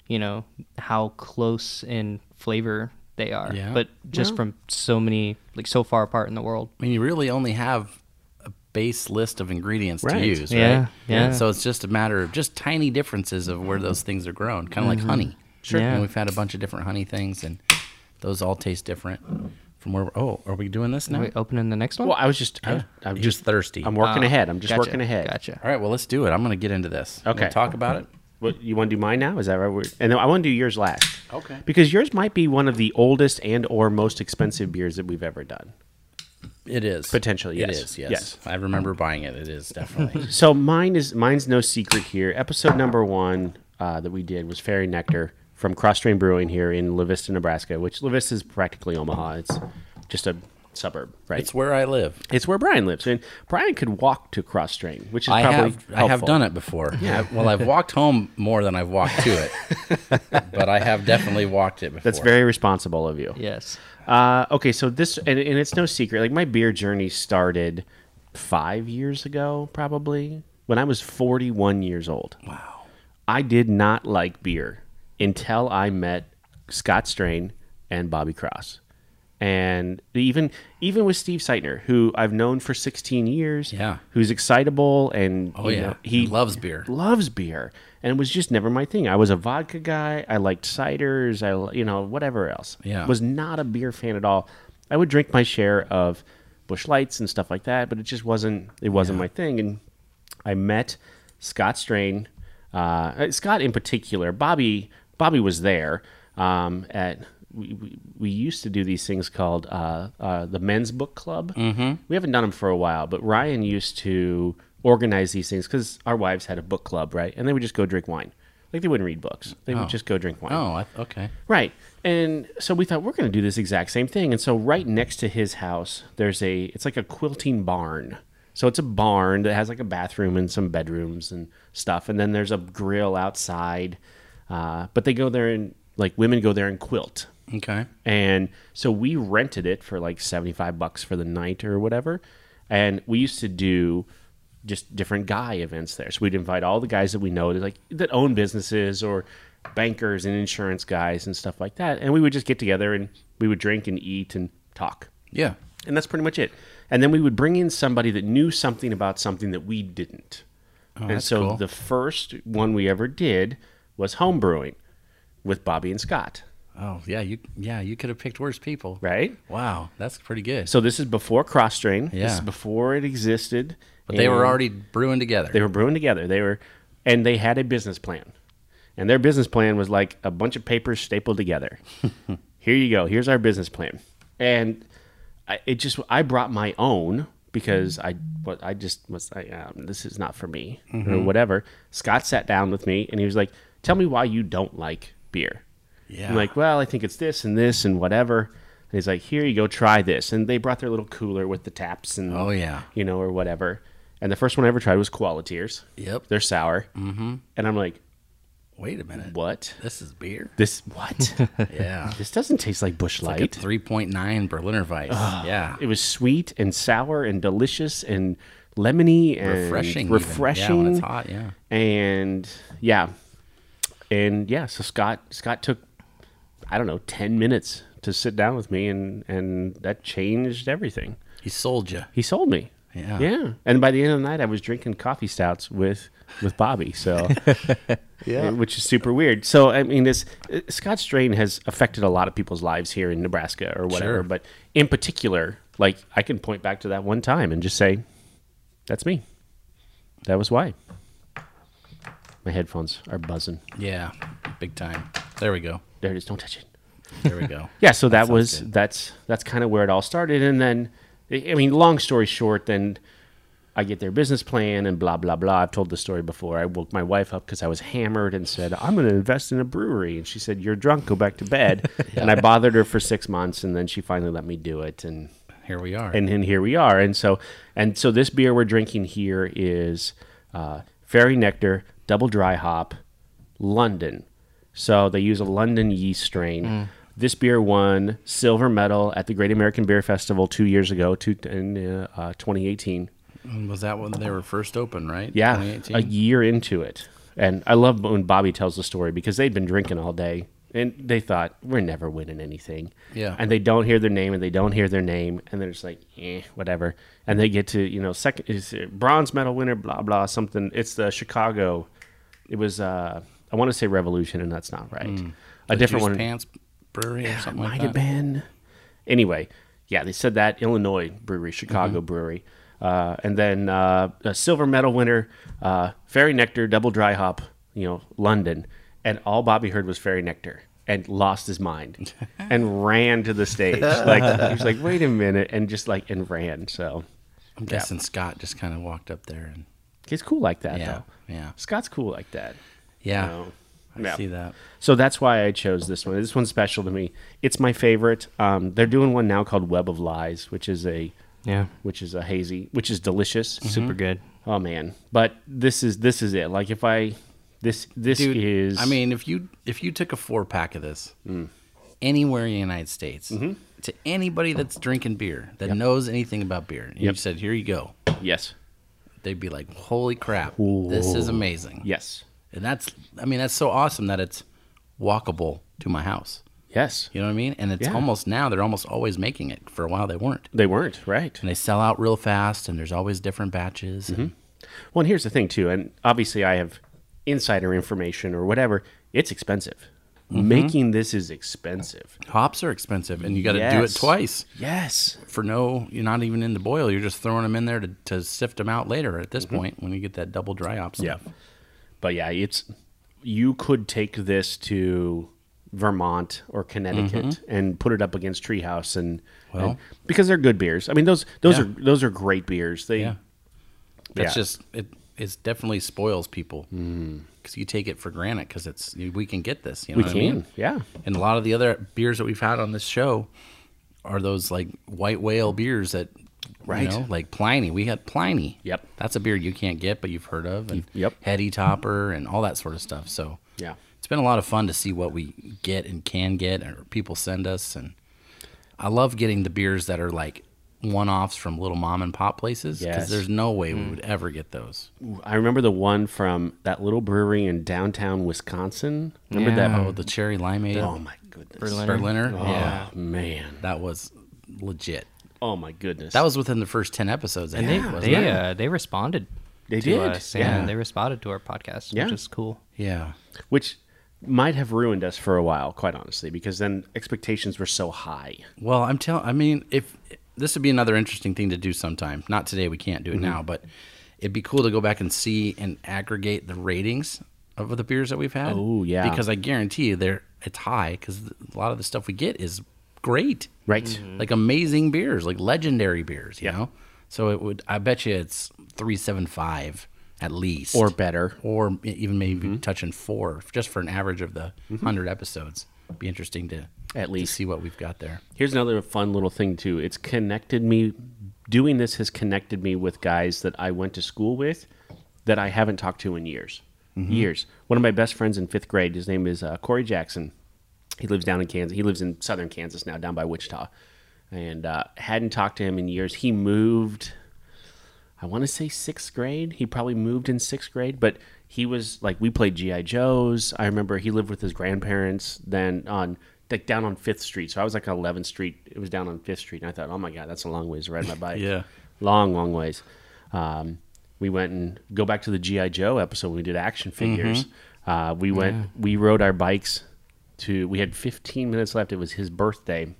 S1: you know how close in flavor they are,
S3: Yeah.
S1: but just from so many like so far apart in the world.
S3: I mean, you really only have a base list of ingredients
S2: Right.
S3: to use,
S1: Yeah,
S3: right?
S1: yeah.
S3: So it's just a matter of just tiny differences of where those things are grown, kind of
S2: Mm-hmm.
S3: like honey.
S1: Sure.
S3: And
S1: Yeah.
S3: we've had a bunch of different honey things, and those all taste different from where. Oh, are we doing this now?
S1: Are we opening the next one?
S2: Well, I was just, I was,
S3: I'm
S2: I'm
S3: just,
S2: just,
S3: thirsty.
S2: I'm working
S1: Ah,
S2: ahead. I'm just
S1: gotcha,
S2: working ahead.
S1: Gotcha.
S3: all right, well, let's do it. I'm going to get into this. We'll
S2: Okay.
S3: talk about it.
S2: What you want to do mine now? Is that right? We're, and then I want to do yours last.
S3: Okay.
S2: Because yours might be one of the oldest and or most expensive beers that we've ever done.
S3: It is
S2: Potentially,
S3: It
S2: yes.
S3: is. Yes.
S2: Yes.
S3: I remember buying it. It is definitely.
S2: So mine is mine's no secret here. Episode number one uh, that we did was Fairy Nectar from Cross Train Brewing here in La Vista, Nebraska. Which La Vista is practically Omaha. It's just a suburb, right?
S3: it's where I live.
S2: It's where Brian lives, and Brian could walk to Cross Train, which is
S3: I
S2: probably
S3: have I have
S2: helpful.
S3: done it before. Yeah. well, I've walked home more than I've walked to it, but I have definitely walked it before.
S2: That's very responsible of you.
S1: Yes.
S2: Uh, okay, so this, and, and it's no secret. Like my beer journey started five years ago, probably when I was 41 years old.
S3: wow.
S2: I did not like beer until I met Scott Strain and Bobby Cross. and even even with Steve Seitner, who I've known for 16 years,
S3: Yeah.
S2: who's excitable and
S3: Oh,
S2: you
S3: yeah.
S2: know, he
S3: He loves beer.
S2: loves beer, and it was just never my thing. I was a vodka guy. I liked ciders. I li- you know whatever else.
S3: Yeah.
S2: was not a beer fan at all. I would drink my share of Bush Lights and stuff like that, but it just wasn't it wasn't my thing. And I met Scott Strain, uh, uh, Scott in particular. Bobby Bobby was there um, at. We, we, we used to do these things called uh, uh, the men's book club. Mm-hmm. We haven't done them for a while, but Ryan used to organize these things because our wives had a book club, right? And they would just go drink wine. Like they wouldn't read books; they would just go drink wine.
S3: Oh, I, okay.
S2: Right. And so we thought we're going to do this exact same thing. And so right next to his house, there's a it's like a quilting barn. So it's a barn that has like a bathroom and some bedrooms and stuff. And then there's a grill outside. Uh, but they go there and like women go there and quilt.
S3: Okay.
S2: And so we rented it for like 75 bucks for the night or whatever. And we used to do just different guy events there. So we'd invite all the guys that we know that like that own businesses or bankers and insurance guys and stuff like that. And we would just get together and we would drink and eat and talk.
S3: Yeah.
S2: And that's pretty much it. And then we would bring in somebody that knew something about something that we didn't. and
S3: Oh, that's
S2: so
S3: cool.
S2: the first one we ever did was homebrewing with Bobby and Scott,
S3: Oh, yeah. You yeah you could have picked worse people.
S2: right?
S3: Wow, that's pretty good.
S2: So this is before cross strain. This
S3: Yeah.
S2: is before it existed.
S3: but they were
S2: and
S3: already brewing together.
S2: they were brewing together. They were and they had a business plan. And their business plan was like a bunch of papers stapled together. Here you go. Here's our business plan. And I, it just I brought my own because I what I just was like um, this is not for me or
S3: Mm-hmm.
S2: whatever. Scott sat down with me and he was like, "Tell me why you don't like beer."
S3: yeah.
S2: I'm like, well, I think it's this and this and whatever. And he's like, here you go, try this. And they brought their little cooler with the taps and
S3: Oh, yeah.
S2: you know, or whatever. And the first one I ever tried was Qualiteers.
S3: Yep.
S2: They're sour. Mm-hmm. And I'm like,
S3: Wait a minute.
S2: what?
S3: This is beer.
S2: This what?
S3: Yeah.
S2: this doesn't taste like Bush Light.
S3: Like a 3.9 Berliner Weiss. yeah.
S2: it was sweet and sour and delicious and lemony and
S3: Refreshing. even.
S2: refreshing.
S3: Yeah, when it's hot. Yeah.
S2: and yeah and yeah so scott scott took i don't know 10 minutes to sit down with me and and that changed everything
S3: He sold you.
S2: he sold me
S3: Yeah.
S2: yeah and by the end of the night i was drinking coffee stouts with with bobby so yeah which is super weird so i mean this uh, scott strain has affected a lot of people's lives here in nebraska or whatever
S3: Sure.
S2: but in particular like i can point back to that one time and just say that's me that was why my headphones are buzzing
S3: Yeah. Big time. There we go.
S2: there it is don't touch it
S3: There we go.
S2: yeah so that,
S3: sounds
S2: was
S3: good.
S2: that's that's kind of where it all started and then i mean long story short then i get their business plan and blah blah blah i've told the story before i woke my wife up because i was hammered and said i'm going to invest in a brewery and she said you're drunk go back to bed and i bothered her for six months and then she finally let me do it and
S3: Here we are.
S2: and, and here we are. And so and so this beer we're drinking here is uh, Fairy Nectar Double Dry Hop London. So they use a London yeast strain. This beer won silver medal at the Great American Beer Festival two years ago, two, in uh, uh, 2018.
S3: And was that when they were first open, right?
S2: Yeah,
S3: 2018?
S2: a year into it. And I love when Bobby tells the story because they'd been drinking all day and they thought, we're never winning anything.
S3: Yeah.
S2: And they don't hear their name and they don't hear their name and they're just like, eh, whatever. And they get to, you know, second is it bronze medal winner, blah, blah, something. It's the Chicago. It was, uh, I want to say Revolution and that's not right. A
S3: The
S2: different
S3: Juice
S2: one.
S3: Pants Brewery or something
S2: Might
S3: like
S2: have
S3: that.
S2: been. Anyway, yeah, they said that Illinois brewery, Chicago
S3: Mm-hmm.
S2: brewery, uh, and then uh, a silver medal winner, uh, Fairy Nectar, double dry hop, you know, London, and all Bobby heard was Fairy Nectar, and lost his mind, and ran to the stage. Like he was like, "Wait a minute," and just like and ran. So
S3: I'm guessing Scott just kind of walked up there and
S2: he's cool like that,
S3: yeah,
S2: though.
S3: yeah,
S2: Scott's cool like that.
S3: yeah.
S2: know?
S3: I
S2: Yeah.
S3: see that.
S2: So that's why I chose this one. This one's special to me. It's my favorite. Um, they're doing one now called Web of Lies, which is a
S1: Yeah.
S2: which is a hazy, which is delicious.
S3: Mm-hmm.
S1: Super good.
S2: Oh man, but this is this is it. Like if I this this
S3: Dude,
S2: is
S3: I mean, if you if you took a four pack of this anywhere in the United States to anybody that's drinking beer that knows anything about beer, and you
S2: Yep.
S3: said, "Here you go,"
S2: yes
S3: they'd be like, "Holy crap, this is amazing!"
S2: yes
S3: and that's I mean, that's so awesome that it's walkable to my house.
S2: Yes.
S3: You know what I mean? And it's
S2: Yeah.
S3: almost now they're almost always making it. For a while they weren't.
S2: They weren't, right?
S3: And they sell out real fast and there's always different batches. And
S2: Well, and here's the thing too, and obviously I have insider information or whatever. It's expensive.
S3: Mm-hmm.
S2: Making this is expensive.
S3: hops are expensive and you got to do it
S2: Yes.
S3: twice.
S2: Yes.
S3: for no you're not even in the boil you're just throwing them in there to, to sift them out later at this point when you get that double dry hop
S2: Mm-hmm. Yeah.
S3: stuff
S2: But yeah, it's you could take this to Vermont or Connecticut and put it up against Treehouse and,
S3: Mm-hmm. Well-
S2: and- because they're good beers. I mean those those
S3: Yeah.
S2: are those are great beers. They
S3: yeah that's
S2: Yeah.
S3: just it it's definitely spoils people because you take it for granted because it's we can get this you
S2: Mm. we
S3: know what
S2: can.
S3: I mean?
S2: Yeah.
S3: and a lot of the other beers that we've had on this show are those like white whale beers that
S2: Right.
S3: you know, like pliny we had pliny
S2: Yep.
S3: that's a beer you can't get but you've heard of and
S2: Yep.
S3: heady topper and all that sort of stuff so
S2: Yeah.
S3: it's been a lot of fun to see what we get and can get or people send us and i love getting the beers that are like one-offs from little mom and pop places because
S2: Yes. Mm.
S3: there's no way we would ever get those
S2: I remember the one from that little brewery in downtown Wisconsin. Remember
S3: oh
S2: that?
S3: the cherry limeade
S2: Oh my goodness.
S1: Berliner.
S3: berliner yeah
S2: Oh man.
S3: that was legit
S2: Oh my goodness.
S3: that was within the first 10 episodes i think wasn't
S1: They
S3: it
S1: uh, they responded.
S2: They
S1: to
S2: did,
S1: Us and
S2: yeah.
S1: They responded to our podcast,
S2: Yeah.
S1: which is cool.
S3: yeah
S2: which might have ruined us for a while, quite honestly, because then expectations were so high.
S3: Well, I'm telling. I mean, if this would be another interesting thing to do sometime. Not today. We can't do
S2: Mm-hmm.
S3: it now, but it'd be cool to go back and see and aggregate the ratings of the beers that we've had.
S2: Oh, yeah.
S3: Because I guarantee you, they're it's high because a lot of the stuff we get is great, Mm-hmm.
S2: Right.
S3: like amazing beers, like legendary beers. You
S2: Yeah.
S3: know. So it would. I bet you it's three seven five at least,
S2: Or better.
S3: or m- even maybe
S2: Mm-hmm.
S3: touching four, just for an average of the hundred episodes. Be interesting to
S2: At
S3: to
S2: least.
S3: see what we've got there.
S2: Here's another fun little thing too. It's connected me doing this has connected me with guys that I went to school with that I haven't talked to in years. Years. One of my best friends in 5th grade, his name is uh, Corey Jackson. He lives down in Kansas. He lives in southern Kansas now, down by Wichita. And uh, hadn't talked to him in years. He moved I want to say sixth grade. He probably moved in sixth grade, but he was like we played GI Joes. I remember he lived with his grandparents then on like down on Fifth Street. So I was like on Eleventh Street. It was down on Fifth Street, and I thought, oh my god, that's a long ways to ride my bike.
S3: Yeah.
S2: long, long ways. Um, we went and go back to the GI Joe episode. when We did action figures. Uh, we went. We rode our bikes to. We had 15 minutes left. It was his birthday.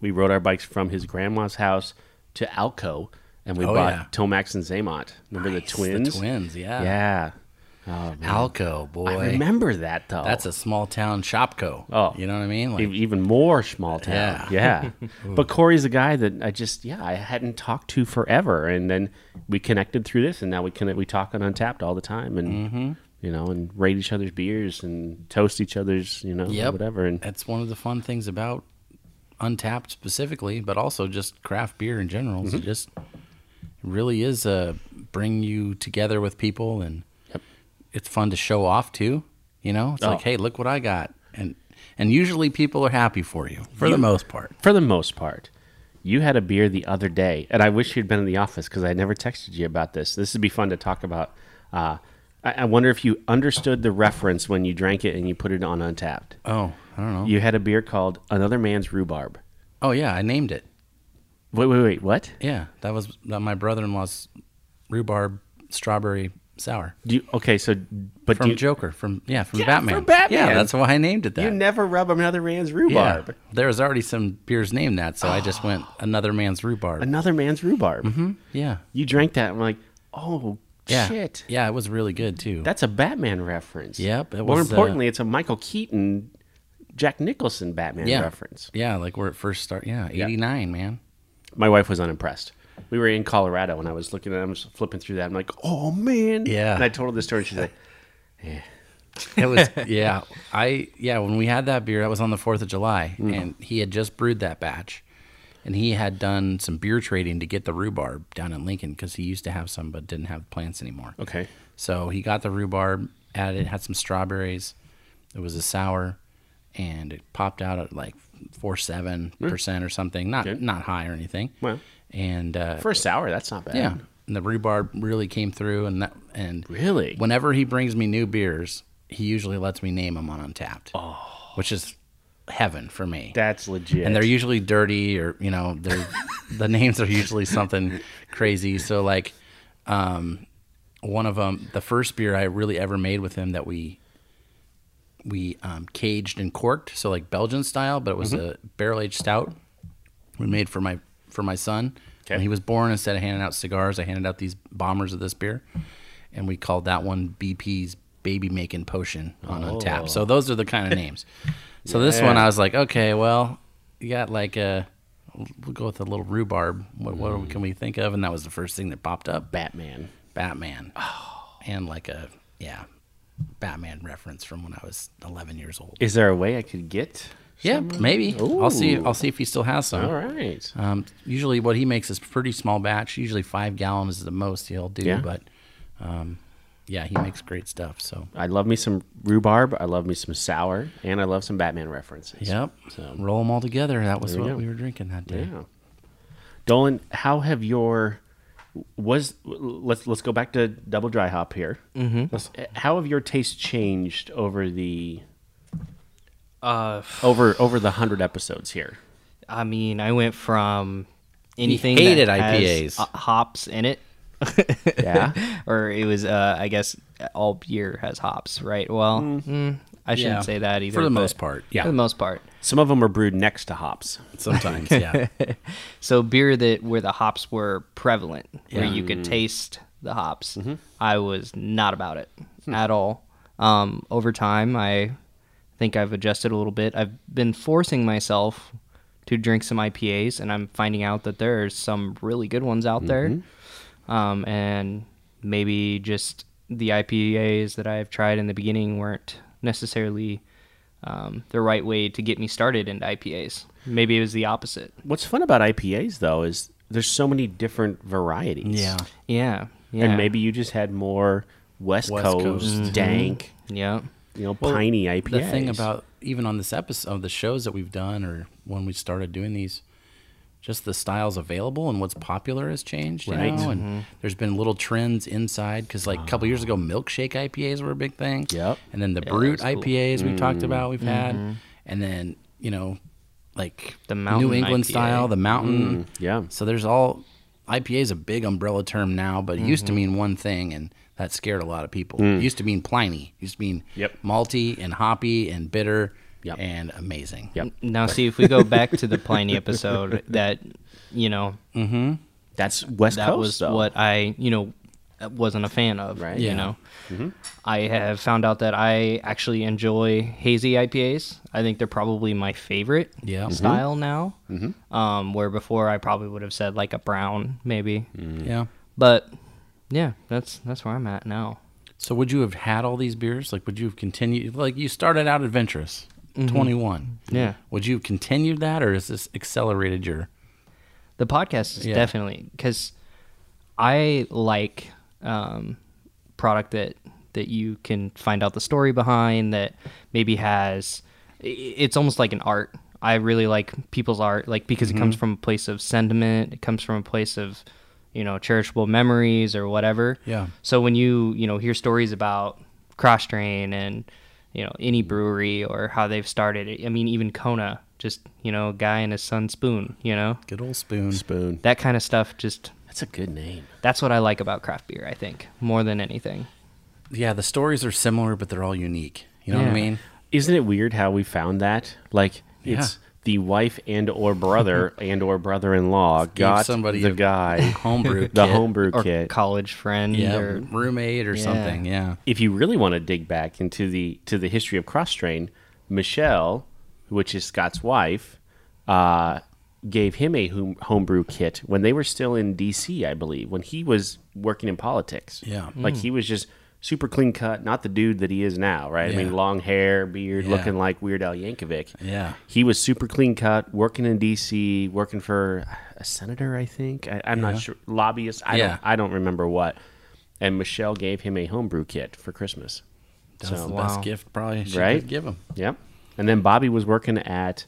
S2: We rode our bikes from his grandma's house to Alco, and we
S3: Oh,
S2: bought
S3: yeah.
S2: Tomax and Zaymont. Remember the twins?
S3: The twins, yeah.
S2: Yeah.
S3: Alco, boy.
S2: I remember that though.
S3: That's a small town shopco.
S2: Oh.
S3: You know what I mean? Like,
S2: E- even more small town. Yeah. but Corey's a guy that I just yeah I hadn't talked to forever, and then we connected through this, and now we connect. We talk on Untapped all the time, and
S3: Mm-hmm.
S2: you know, and rate each other's beers and toast each other's you know
S3: yep.
S2: whatever. And
S3: that's one of the fun things about Untapped specifically, but also just craft beer in general.
S2: Mm-hmm.
S3: It just really is a bring you together with people, and it's fun to show off too. You know, it's
S2: Oh.
S3: like, hey, look what I got, and and usually people are happy for you for the most part.
S2: for the most part. You had a beer the other day, and I wish you'd been in the office because I never texted you about this. This would be fun to talk about. Uh, I, I wonder if you understood the reference when you drank it and you put it on Untapped.
S3: Oh, I don't know.
S2: You had a beer called Another Man's Rhubarb.
S3: Oh yeah, I named it.
S2: Wait, wait, wait. What?
S3: Yeah, that was that my brother-in-law's rhubarb strawberry sour
S2: Do you, okay, so but
S3: from
S2: do you,
S3: Joker from yeah from
S2: Yeah,
S3: Batman.
S2: from Batman.
S3: Yeah, that's why I named it that.
S2: you never rub another man's
S3: yeah.
S2: rhubarb.
S3: There was already some beers named that, so I just went another man's rhubarb.
S2: Another man's rhubarb.
S3: yeah.
S2: You drank that. and I'm like, oh
S3: Mm-hmm. Yeah.
S2: shit.
S3: Yeah, it was really good too.
S2: That's a Batman reference.
S3: Yep, it
S2: More
S3: was, uh,
S2: importantly, it's a Michael Keaton, Jack Nicholson Batman
S3: yeah.
S2: reference.
S3: Yeah, like where it first started. Yeah, 89, man.
S2: my wife was unimpressed. We were in Colorado, and I was looking at, I was flipping through that. I'm like, oh man,
S3: Yeah.
S2: And I told her the story. and She's like,
S3: It was yeah. I yeah, when we had that beer, that was on the 4th of July
S2: Mm-hmm.
S3: and he had just brewed that batch. And he had done some beer trading to get the rhubarb down in Lincoln because he used to have some but didn't have plants anymore.
S2: okay,
S3: So he got the rhubarb, added, had some strawberries. It was a sour, and it popped out at like four seven percent or something. Not not high or anything.
S2: Hmm. Well.
S3: and uh,
S2: for a sour, that's not bad.
S3: yeah, and the rhubarb really came through, and that and
S2: Really?
S3: whenever he brings me new beers, he usually lets me name them on Untapped, oh. which is heaven for me.
S2: That's legit.
S3: and they're usually dirty or you know they're the names are usually something crazy so like um one of them the first beer i really ever made with him that we we um, caged and corked so like belgian style but it was
S2: Mm-hmm.
S3: a barrel aged stout we made for my for my son when
S2: Okay.
S3: he was born instead of handing out cigars i handed out these bombers of this beer and we called that one bp's baby making potion on a tap
S2: Oh.
S3: so those are the kind of names so this one
S2: Yeah.
S3: i was like okay well you got like a we'll go with a little rhubarb what, what
S2: Mm.
S3: can we think of and that was the first thing that popped up
S2: Batman.
S3: batman
S2: Oh.
S3: and like a yeah batman reference from when i was 11 years old
S2: Is there a way I could get?
S3: yeah maybe i'll see
S2: Ooh.
S3: i'll see if he still has some
S2: All right.
S3: um, usually, what he makes is pretty small batch. Usually, five gallon is the most he'll do.
S2: Yeah.
S3: But um, yeah, he makes great stuff. So,
S2: I love me some rhubarb. I love me some sour, and I love some Batman references.
S3: yep,
S2: So-
S3: roll them all together. That was
S2: There we
S3: what
S2: go.
S3: we were drinking that day.
S2: Yeah. Dolan, how have your was let's let's go back to double dry hop here. Mm-hmm. How have your tastes changed over the
S1: Uh,
S2: over over the hundred episodes here?
S1: I mean, I went from anything
S3: hated
S1: that has
S3: IPAs.
S1: uh, hops in it,
S2: Yeah,
S1: or it was, uh, I guess, all beer has hops, right? Well, mm, I shouldn't
S3: Mm-hmm. Yeah.
S1: say that either.
S3: For the
S1: but-
S3: most part, yeah.
S1: For the most part.
S2: some of them are brewed next to hops.
S3: Sometimes, yeah,
S1: So beer that where the hops were prevalent, where you could taste the hops, I was not about it at all. Um, over time, I think I've adjusted a little bit. I've been forcing myself to drink some IPAs, and I'm finding out that there's some really good ones out there. Um, and maybe just the IPAs that I've tried in the beginning weren't necessarily um, the right way to get me started into IPAs. Maybe it was the opposite.
S2: What's fun about IPAs though is there's so many different varieties.
S3: yeah.
S1: Yeah. Yeah.
S2: and maybe you just had more West,
S3: West
S2: Coast,
S3: Coast.
S2: dank,
S1: Yeah.
S2: you know, piney IPAs.
S3: The thing about even on this episode of the shows that we've done, or when we started doing these, just the styles available and what's popular has changed. You
S2: Right.
S3: know? And
S1: Mm-hmm.
S3: there's been little trends inside because, like, a couple years ago, milkshake IPAs were a big thing.
S2: Yep.
S3: And then the
S1: Yeah,
S3: brute
S1: that's cool. Mm-hmm.
S3: IPAs we've talked about, we've had, and then you know, like
S1: The mountain
S3: New England
S1: IPA.
S3: style, the mountain.
S2: yeah,
S3: So there's all IPA is a big umbrella term now, but it used
S2: Mm-hmm.
S3: to mean one thing, and that scared a lot of people. It used to mean pliny. It used to mean
S2: Mm. Yep.
S3: malty and hoppy and bitter
S2: Yep.
S3: and amazing.
S2: Yep.
S1: Now, see if we go back to the Pliny episode, that you know
S2: that's West
S1: that
S2: Coast.
S1: was
S2: though.
S1: what I you know wasn't a fan of.
S2: Right.
S1: You
S3: Yeah.
S1: know, I have found out that I actually enjoy hazy IPAs. I think they're probably my favorite
S3: Yeah.
S2: Mm-hmm.
S3: Mhm.
S1: style now. Um, where before I probably would have said like a brown maybe,
S3: Yeah.
S1: but yeah, that's that's where I'm at now.
S3: So would you have had all these beers? Like, would you have continued? Like, you started out adventurous,
S2: Mm-hmm.
S3: 21.
S1: Yeah.
S3: Would you have continued that, or has this accelerated your?
S1: The podcast is
S3: Yeah.
S1: definitely because I like um, product that that you can find out the story behind that maybe has i- it's almost like an art. I really like people's art, like because it
S3: Mm-hmm.
S1: comes from a place of sentiment. It comes from a place of you know cherishable memories or whatever.
S3: Yeah.
S1: So when you you know hear stories about cross train and you know any brewery or how they've started, it, I mean even Kona, just you know guy and his son spoon, you know
S3: Good old spoon.
S2: spoon.
S1: that kind of stuff just
S2: That's a good name.
S1: that's what i like about craft beer i think more than anything
S3: Yeah, the stories are similar, but they're all unique. You know what I
S1: Yeah.
S3: mean?
S2: Isn't it weird how we found that? Like it's
S3: Yeah.
S2: the wife and or brother and or brother-in-law got
S3: somebody
S2: the
S3: a-
S2: guy,
S3: Homebrew.
S2: the
S3: kit,
S2: homebrew
S1: or
S2: kit.
S1: college friend
S3: Yeah.
S1: or
S3: Roommate or
S1: Yeah.
S3: something. Yeah.
S2: if you really want to dig back into the to the history of cross train, Michelle, which is Scott's wife, uh, gave him a home, homebrew kit when they were still in D.C. I believe when he was working in politics.
S3: Yeah.
S2: like he was just super clean cut, not the dude that he is now. Right? I
S3: Yeah.
S2: mean, long hair, beard,
S3: Yeah.
S2: looking like Weird Al Yankovic.
S3: Yeah.
S2: He was super clean cut, working in D.C., working for a senator, I think. I, I'm not sure. Lobbyist. I
S3: Yeah.
S2: don't. I don't remember what. And Michelle gave him a homebrew kit for Christmas.
S3: That's
S2: So-
S3: the best
S1: Wow.
S3: gift probably she
S2: Right?
S3: could give him.
S2: Yep. And then Bobby was working at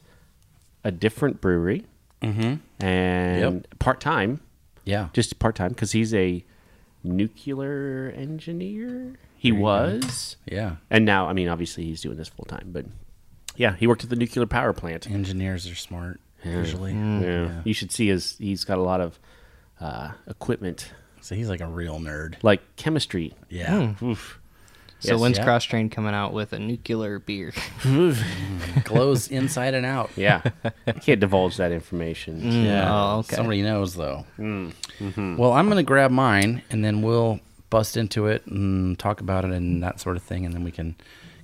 S2: a different brewery and part time,
S3: Yeah.
S2: just part time, because he's a nuclear engineer. He was.
S3: Yeah.
S2: And now, I mean, obviously he's doing this full time, but Yeah, he worked at the nuclear power plant.
S3: Engineers are smart usually.
S2: Yeah. You should see his he's got a lot of uh, equipment
S3: So he's like a real nerd.
S2: like chemistry.
S3: Yeah.
S2: Oof.
S1: So
S2: Yes.
S1: when's
S3: Yeah.
S1: Cross Train coming out with a nuclear beer?
S3: Glows inside and out.
S2: Yeah. Can't divulge that information.
S3: Yeah. Mm.
S1: Oh, okay.
S3: Uh, Somebody knows though. Well, I'm gonna grab mine, and then we'll bust into it and talk about it and that sort of thing, and then we can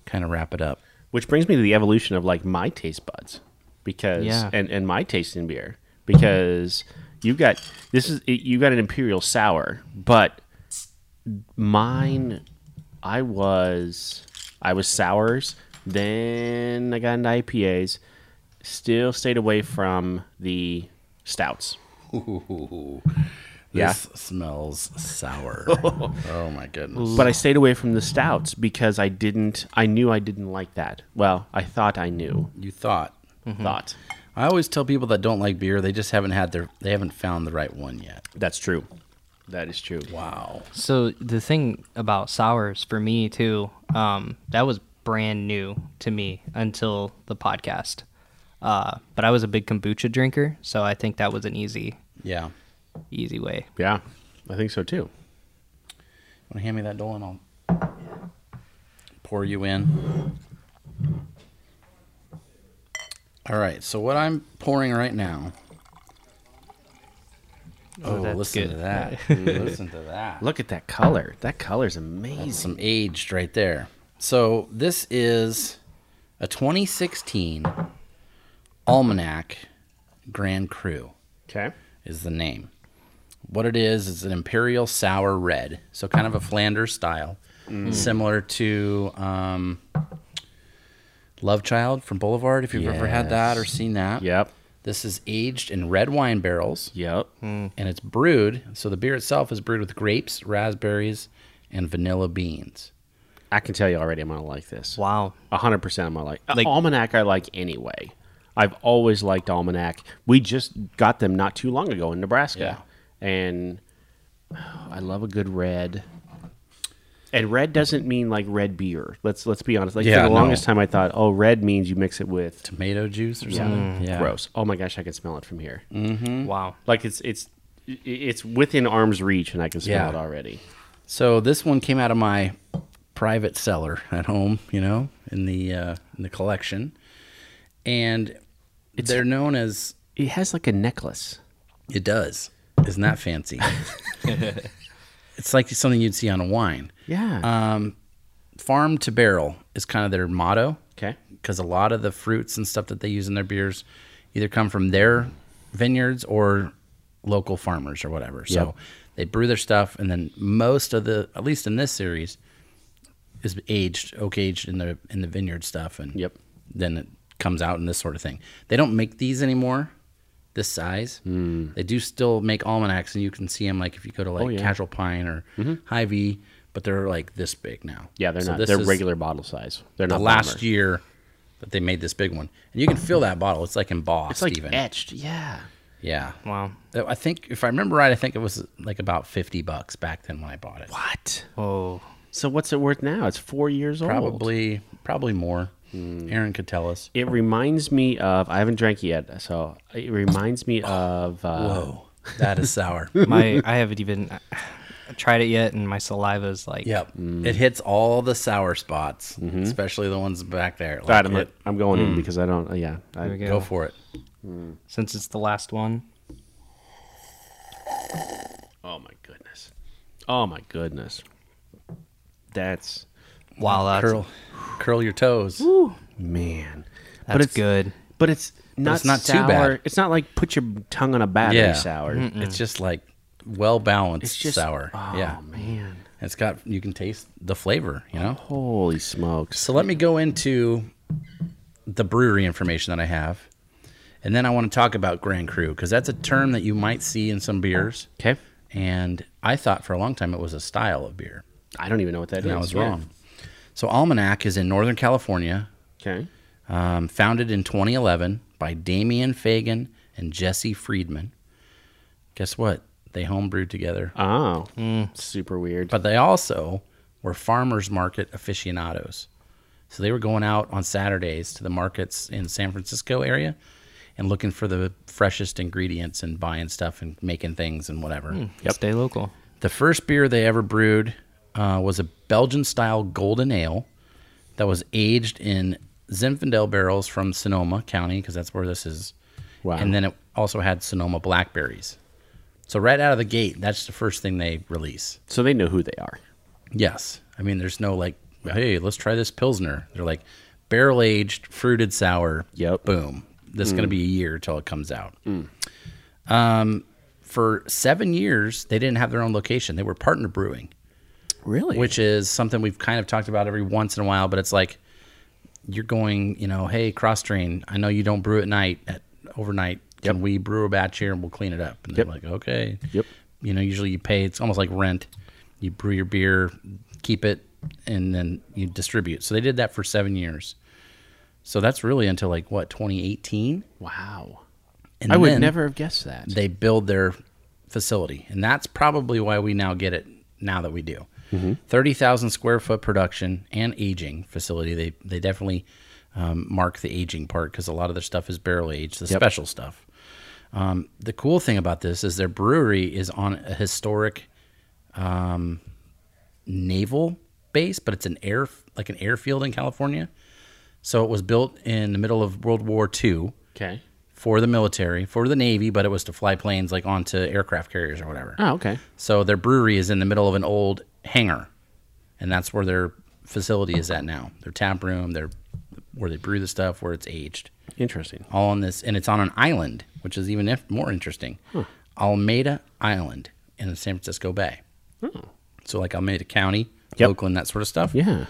S3: kind of wrap it up.
S2: Which brings me to the evolution of like my taste buds because
S1: Yeah.
S2: and and my taste in beer because you got this is you got an imperial sour, but mine I was I was sours, then I got into IPAs, still stayed away from the stouts.
S3: Ooh,
S2: Yeah.
S3: this smells sour. oh my goodness.
S2: But I stayed away from the stouts because I didn't. I knew I didn't like that. Well, I thought I knew.
S3: You thought.
S2: Thought
S3: I always tell people that don't like beer, they just haven't had their, they haven't found the right one yet.
S2: that's true. That is true.
S3: Wow.
S1: So the thing about sours for me too, um, that was brand new to me until the podcast. Uh, but I was a big kombucha drinker, so I think that was an easy,
S3: Yeah. Want
S1: easy way.
S2: Yeah, I think so too.
S3: to hand me that Dolan? I'll pour you in. All right. So what I'm pouring right now. Oh,
S1: that's
S3: listen to
S1: good.
S3: that. listen to that.
S2: Look at that color. That color's amazing.
S3: Some aged right there. So this is a 2016 Almanac Grand Cru.
S2: Okay.
S3: is the name. What it is is an imperial sour red, so kind of a Flanders style,
S2: Mm.
S3: similar to um, Love Child from Boulevard. If you've ever had that or
S2: Yes.
S3: seen that,
S2: Yep.
S3: This is aged in red wine barrels,
S2: Yep.
S3: and it's brewed. So the beer itself is brewed with grapes, raspberries, and vanilla beans.
S2: I can tell you already. I'm gonna like this.
S1: Wow.
S2: A hundred percent. I'm gonna like,
S3: Uh,
S1: Like-
S3: oh.
S2: almanac. I like anyway. I've always liked almanac. We just got them not too long ago in Nebraska, and oh, I love a good red. And red doesn't mean like red beer. Let's let's be honest. Like
S3: Yeah,
S2: for the
S3: no.
S2: longest time, I thought, oh, red means you mix it with
S3: Tomato juice or something. Yeah.
S2: Mm. gross. Oh my gosh, I can smell it from here.
S3: Mm-hmm.
S1: Wow.
S2: Like it's it's i- it's within arm's reach, and I can smell
S3: Yeah.
S2: it already.
S3: So this one came out of my private cellar at home, you know, in the uh, in the collection, and they're known as
S2: It has like a necklace.
S3: it does. Isn't that fancy? it's like something you'd see on a wine.
S2: Yeah.
S3: Um, farm to barrel is kind of their motto
S2: okay.
S3: because a lot of the fruits and stuff that they use in their beers either come from their vineyards or local farmers or whatever. So
S2: Yep.
S3: they brew their stuff, and then most of the, at least in this series, is aged, oak aged in the in the vineyard stuff, and
S2: Yep.
S3: then it comes out in this sort of thing. They don't make these anymore. This size, they do still make almanacs, and you can see them like if you go to like
S2: Hmm. Oh, yeah. Mm-hmm.
S3: Casual Pine or Hy-Vee, but they're like this big now.
S2: Yeah, they're
S3: So
S2: not.
S3: this
S2: They're
S3: is-
S2: regular bottle size. They're not
S3: the last
S2: bomber.
S3: year that they made this big one, and you can feel that bottle. It's like embossed,
S2: It's like
S3: even.
S2: etched. Yeah.
S3: Yeah.
S1: Wow.
S3: Though I think if I remember right, I think it was like about fifty bucks back then when I bought it.
S2: What?
S1: Oh.
S2: So what's it worth now? It's four years old.
S3: Probably, probably more.
S2: Hmm.
S3: Aaron could tell us.
S2: It reminds me of. I haven't drank yet, so it reminds me of. Uh,
S3: Oh. Whoa, that is sour.
S1: My I haven't even tried it yet, and my saliva is like.
S3: yep,
S2: Hmm.
S3: it hits all the sour spots,
S2: Mm-hmm.
S3: especially the ones back there.
S2: God,
S3: Like,
S2: I'm,
S3: it- Mm.
S2: I'm going in because I don't. Yeah.
S1: There we
S2: I,
S1: go.
S3: Go for it.
S1: Since it's the last one.
S2: oh my goodness. Oh my goodness. That's
S1: Wow. That's,
S3: Curl, curl your toes.
S2: man.
S1: that's
S2: but it's
S1: good.
S2: But it's not.
S3: it's not too
S2: sour.
S3: bad.
S2: It's not like put your tongue on a battery
S3: Yeah.
S2: sour.
S3: It's just like well balanced
S2: just-
S3: sour.
S2: Oh
S3: yeah,
S2: man.
S3: it's got you can taste the flavor. You know.
S2: Holy smokes.
S3: So let me go into the brewery information that I have. And then I want to talk about Grand Cru because that's a term that you might see in some beers.
S2: Okay.
S3: And I thought for a long time it was a style of beer.
S2: I don't even know what that is.
S3: And I was
S2: Yeah.
S3: wrong. So Almanac is in Northern California,
S2: Okay.
S3: um, founded in 2011 by Damian Fagan and Jesse Friedman. Guess what? They homebrewed together.
S2: Oh, super weird.
S3: but they also were farmers market aficionados So they were going out on Saturdays to the markets in San Francisco area and looking for the freshest ingredients and buying stuff and making things and whatever.
S1: Stay local.
S3: The first beer they ever brewed uh, was a Belgian style golden ale that was aged in Zinfandel barrels from Sonoma County, because that's where this is.
S2: Wow.
S3: And then it also had Sonoma blackberries. So, right out of the gate, that's the first thing they release.
S2: So they know who they are.
S3: Yes. I mean, there's no like, hey, let's try this Pilsner. They're like, barrel aged, fruited sour.
S2: Yep. Mm.
S3: Boom. This is going to be a year till it comes out. Um, for seven years, they didn't have their own location. They were partner brewing
S2: Really? Which
S3: which is something we've kind of talked about every once in a while, but it's like you're going, you know, hey, cross train, I know you don't brew at night at overnight. Can we brew a batch here and we'll clean it up? And they're
S2: Yep.
S3: like, okay.
S2: Yep.
S3: You know, usually you pay, it's almost like rent. You brew your beer, keep it, and then you distribute. So they did that for seven years. So that's really until like what, 2018?
S2: wow.
S3: And
S2: I would
S3: then-
S2: never have guessed that.
S3: they build their facility and that's probably why we now get it now that we do 30,000 square foot production and aging facility they they definitely um, mark the aging part because a lot of their stuff is barrel aged the special stuff um, the cool thing about this is their brewery is on a historic um, naval base but it's an air like an airfield in california so it was built in the middle of world war ii
S2: okay.
S3: for the military, for the Navy, but it was to fly planes like onto aircraft carriers or whatever.
S2: Oh, okay.
S3: So their brewery is in the middle of an old hangar, and that's where their facility is at now. Their tap room, their where they brew the stuff, where it's aged,
S2: Interesting.
S3: all on this, and it's on an island, which is even if more interesting. Alameda Island in the San Francisco Bay. So like Alameda County,
S2: Hmm. Yep.
S3: Oakland, that sort of stuff.
S2: Yeah.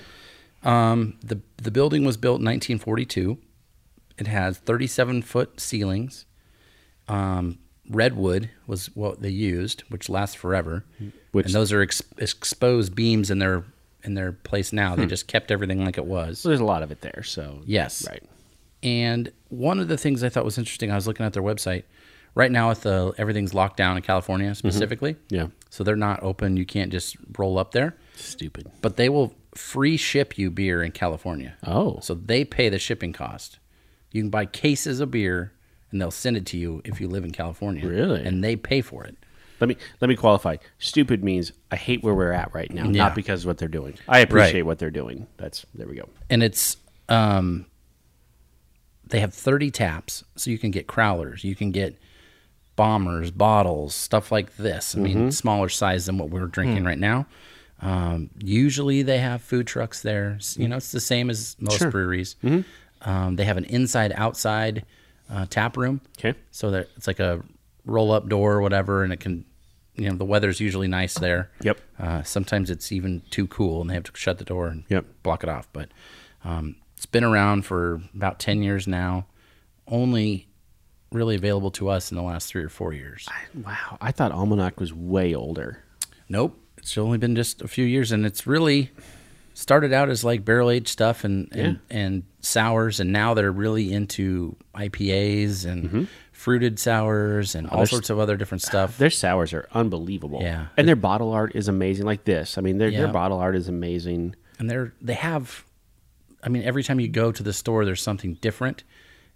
S3: The the building was built in 1942. It has 37 foot ceilings. Um, redwood was what they used, which lasts forever.
S2: Which-
S3: and those are ex- exposed beams in their in their place now.
S2: Hmm.
S3: They just kept everything like it was.
S2: So there's a lot of it there. So
S3: Yes.
S2: Right.
S3: And one of the things I thought was interesting, I was looking at their website. Right now, with the everything's locked down in California specifically,
S2: Mm-hmm. Yeah.
S3: so they're not open. You can't just roll up there,
S2: Stupid.
S3: but they will free ship you beer in California.
S2: Oh.
S3: So they pay the shipping cost. You can buy cases of beer and they'll send it to you if you live in California.
S2: Really?
S3: And they pay for it.
S2: Let me let me qualify. Stupid means I hate where we're at right now,
S3: Yeah.
S2: not because of what they're doing. I appreciate what they're doing. That's there we go.
S3: And it's um they have 30 taps so you can get crowlers, you can get bombers, bottles, stuff like this. I mean, smaller size than what we're drinking right now. Um, usually they have food trucks there. S- You know, it's the same as most breweries. Um, they have an inside outside uh, tap room.
S2: Okay.
S3: So that it's like a roll up door or whatever, and it can, you know, the weather's usually nice there.
S2: Yep.
S3: Uh, sometimes it's even too cool, and they have to shut the door and
S2: Yep.
S3: block it off. But um, it's been around for about ten years now, only really available to us in the last three or four years.
S2: Wow. I thought Almanac was way older.
S3: Nope. It's only been just a few years and it's really started out as like barrel aged stuff and, and, and sours and now they're really into IPAs and
S1: Mm-hmm.
S3: fruited sours and all sorts of other different stuff.
S2: Their sours are unbelievable.
S3: Yeah.
S2: And their bottle art is amazing. Like this. I mean their their
S3: Yeah.
S2: bottle art is amazing.
S3: And they're they have I mean every time you go to the store there's something different.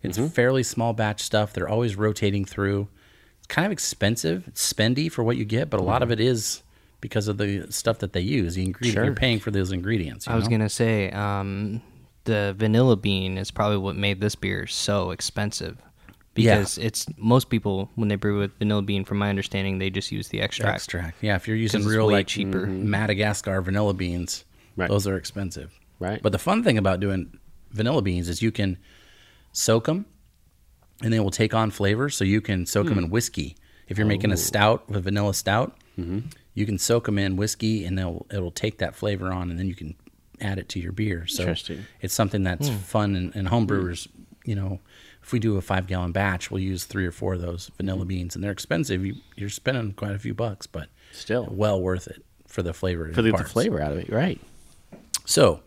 S3: It's
S1: Mm-hmm.
S3: fairly small batch stuff. They're always rotating through. It's kind of expensive. It's spendy for what you get, but a lot of
S1: Mm-hmm.
S3: it is because of the stuff that they use, the ingredients you're paying for those ingredients. you
S1: I was
S3: know?
S1: gonna say, um, the vanilla bean is probably what made this beer so expensive.
S3: Yeah.
S1: Because it's most people when they brew with vanilla bean, from my understanding, they just use the extract.
S3: extract. Yeah, if you're using
S1: 'Cause it's
S3: real
S1: way
S3: like
S1: cheaper.
S3: Madagascar vanilla beans,
S2: Right.
S3: those are expensive.
S2: Right.
S3: But the fun thing about doing vanilla beans is you can soak them, and they will take on flavor. So you can soak
S2: Hmm.
S3: them in whiskey. If you're
S2: Oh.
S3: making a stout, a vanilla stout,
S2: Mm-hmm.
S3: you can soak them in whiskey, and they'll it'll take that flavor on, and then you can add it to your beer. So
S2: Interesting. Hmm.
S3: it's something that's fun, and, and homebrewers, you know. If we do a five gallon batch, we'll use three or four of those
S2: Hmm.
S3: vanilla beans, and they're expensive. You, you're spending quite a few bucks, but
S2: Still.
S3: well worth it for the flavor.
S2: For the, the
S3: parts.
S2: flavor out of it. Right.
S3: So,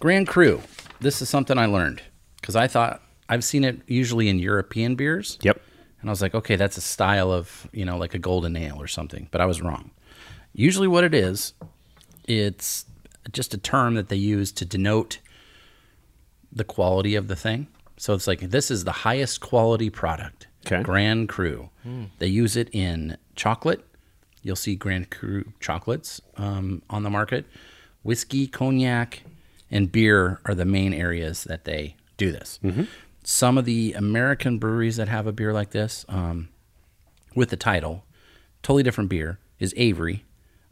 S3: Grand Cru. This is something I learned because I thought I've seen it usually in European beers.
S2: Yep.
S3: And I was like, okay, that's a style of you know like a golden ale or something, but I was wrong. Usually, what it is, it's just a term that they use to denote the quality of the thing. So it's like this is the highest quality product.
S2: Okay.
S3: Grand Cru. They use it in chocolate. You'll see Grand Cru chocolates um, on the market. Whiskey, cognac, and beer are the main areas that they do this. Some of the American breweries that have a beer like this, um, with the title, totally different beer is Avery.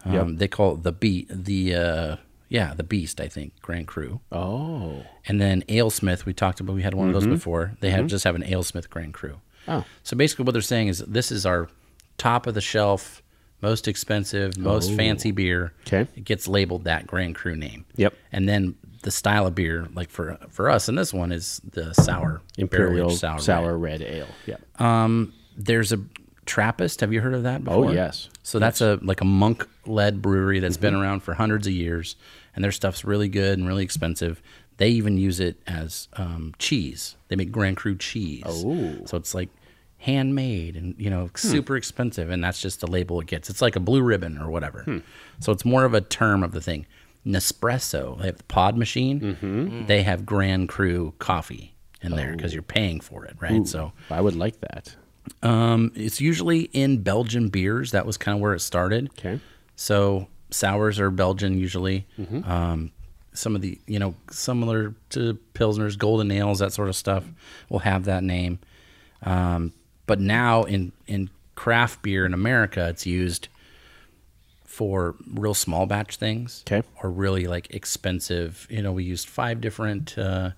S3: Um, They call it the be the uh, yeah the Beast I think Grand Cru,
S2: Oh.
S3: and then AleSmith we talked about we had one of
S2: Mm-hmm.
S3: those before. They have just have an AleSmith Grand Cru.
S2: Oh.
S3: So basically, what they're saying is this is our top of the shelf, most expensive, most fancy beer.
S2: Oh. Okay.
S3: it gets labeled that Grand Cru name.
S2: Yep.
S3: and then the style of beer like for for us and this one is the sour
S2: Imperial
S3: barrel-aged
S2: sour,
S3: red.
S2: red. ale. Yep.
S3: There's a Trappist. Have you heard of that before?
S2: Oh, yes. Mm-hmm.
S3: So that's a like a monk led brewery that's been around for hundreds of years, and their stuff's really good and really expensive. They even use it as um, cheese. They make Grand Cru cheese.
S2: Oh. Hmm.
S3: So it's like handmade and you know super expensive, and that's just the label it gets. It's like a blue ribbon or whatever.
S2: Hmm.
S3: So it's more of a term of the thing. Nespresso. They have the pod machine.
S2: Mm-hmm.
S3: They have Grand Cru coffee in there
S2: Oh.
S3: because you're paying for it, right? So
S2: I would like that.
S3: um, it's usually in Belgian beers. That was kind of where it started.
S2: Okay.
S3: So sours are Belgian usually.
S2: Mm-hmm.
S3: Um, some of the you know similar to pilsners, golden ales, that sort of stuff will have that name. Um, but now in in craft beer in America, it's used for real small batch things.
S2: Okay.
S3: Or really like expensive. You know, we used five different uh,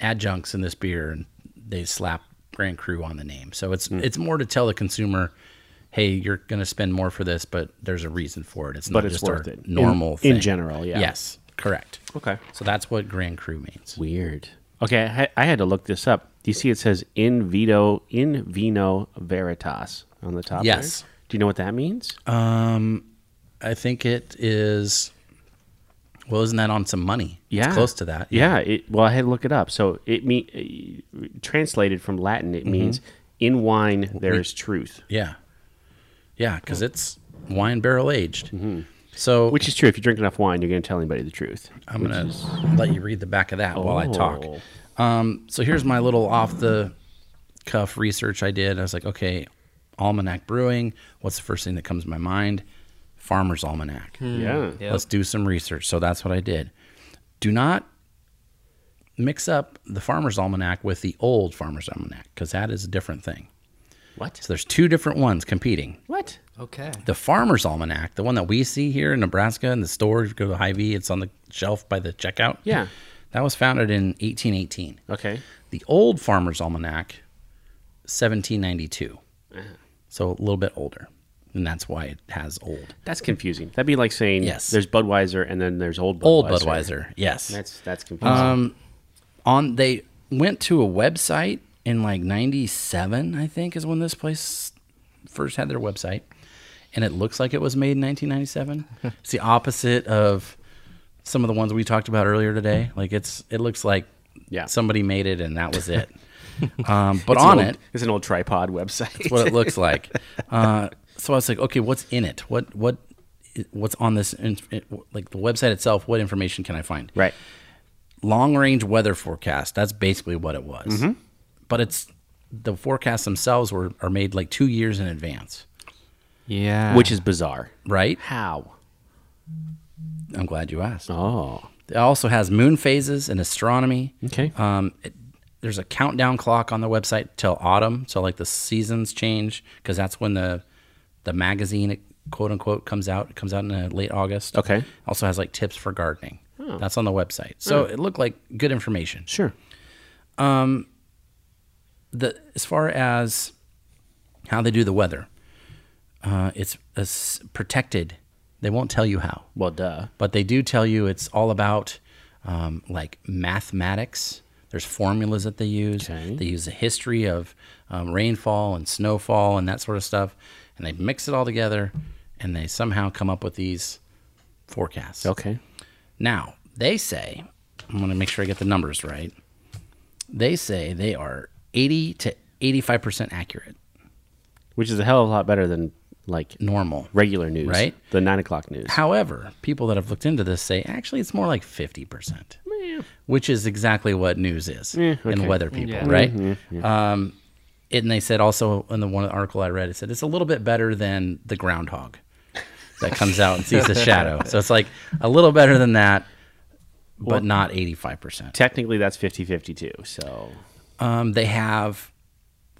S3: adjuncts in this beer, and they slap Grand Cru on the name. So it's
S2: Mm.
S3: it's more to tell the consumer, hey, you're going to spend more for this, but there's a reason for it. It's
S2: But
S3: not
S2: it's
S3: just
S2: worth
S3: our
S2: it. In-
S3: normal
S2: in
S3: thing.
S2: general, yeah.
S3: Yes, correct.
S2: Okay.
S3: So that's what Grand Cru means.
S2: Weird. Okay, I, ha- I had to look this up. Do you see it says in vito in vino veritas on the top?
S3: Yes. Uh,
S2: there? Do you know what that means?
S3: I think it is. Well, isn't that on some money?
S2: Yeah.
S3: it's close to that.
S2: yeah. It, well, I had to look it up. So it mean uh, translated from Latin, it
S3: Mm-hmm.
S2: means in wine there is truth,
S3: Yeah. Yeah, because it's wine barrel aged. So
S2: Mm-hmm. which is true. If you drink enough wine, you're going to tell anybody the truth.
S3: I'm going to let you read the back of that Uh, while I talk.
S2: Oh.
S3: Um, so here's my little off the cuff research I did. I was like, okay, Almanac Brewing. What's the first thing that comes to my mind? Farmer's Almanac.
S2: Yeah.
S1: Yep.
S3: Let's do some research. So that's what I did. Do not mix up the Farmer's Almanac with the old Farmer's Almanac because that is a different thing.
S2: What?
S3: So there's two different ones competing.
S2: What?
S1: Okay.
S3: The Farmer's Almanac, the one that we see here in Nebraska in the store, if you go to Hy-Vee, it's on the shelf by the checkout.
S2: Yeah.
S3: That was founded in 1818.
S2: Okay.
S3: The old Farmer's Almanac, 1792.
S2: Uh-huh.
S3: So a little bit older. And that's why it has old.
S2: That's confusing. That'd be like saying
S3: Yes.
S2: there's Budweiser and then there's old Budweiser. Uh,
S3: Old Budweiser. Yes. Um,
S2: That's that's confusing.
S3: on they went to a website in like 97 i think is when this place first had their website and it looks like it was made in 1997 it's the opposite of some of the ones we talked about earlier today like it's it looks like
S2: Yeah.
S3: somebody made it and that was it um, but on it
S2: It's an old tripod website.
S3: what it looks like. Uh, so I was like, okay, what's in it? What what what's on this? in- Like the website itself, what information can I find?
S2: Right.
S3: Long range weather forecast. That's basically what it was. But it's the forecasts themselves were are made like two years in advance,
S1: Yeah.
S2: Which is bizarre.
S3: right?
S2: How?
S3: I'm glad you asked.
S2: Oh.
S3: It also has moon phases and astronomy.
S2: Okay.
S3: Um, it, there's a countdown clock on the website till autumn, so like the seasons change because that's when the the magazine quote unquote comes out. It comes out in uh, late August.
S2: Okay.
S3: Also has like tips for gardening. That's on the website. So it looked like good information.
S2: sure.
S3: The as far as how they do the weather, uh, it's, it's protected. They won't tell you how.
S2: Well, duh.
S3: but they do tell you it's all about um, like mathematics. There's formulas that they use. They use a history of um, rainfall and snowfall and that sort of stuff, and they mix it all together, and they somehow come up with these forecasts.
S2: Okay.
S3: Now they say, I'm going to make sure I get the numbers right. They say they are 80 to 85 percent accurate,
S2: Which is a hell of a lot better than like
S3: normal.
S2: regular news,
S3: Right?
S2: The nine o'clock news.
S3: However, people that have looked into this say actually it's more like 50 percent. which is exactly what news is and weather people,
S1: Yeah.
S3: right? Um, it, and they said also in the one article I read, it said it's a little bit better than the groundhog that comes out and sees the shadow. So it's like a little better than that, but not eighty five percent.
S2: Technically, that's 50-50 too. So
S3: Um, they have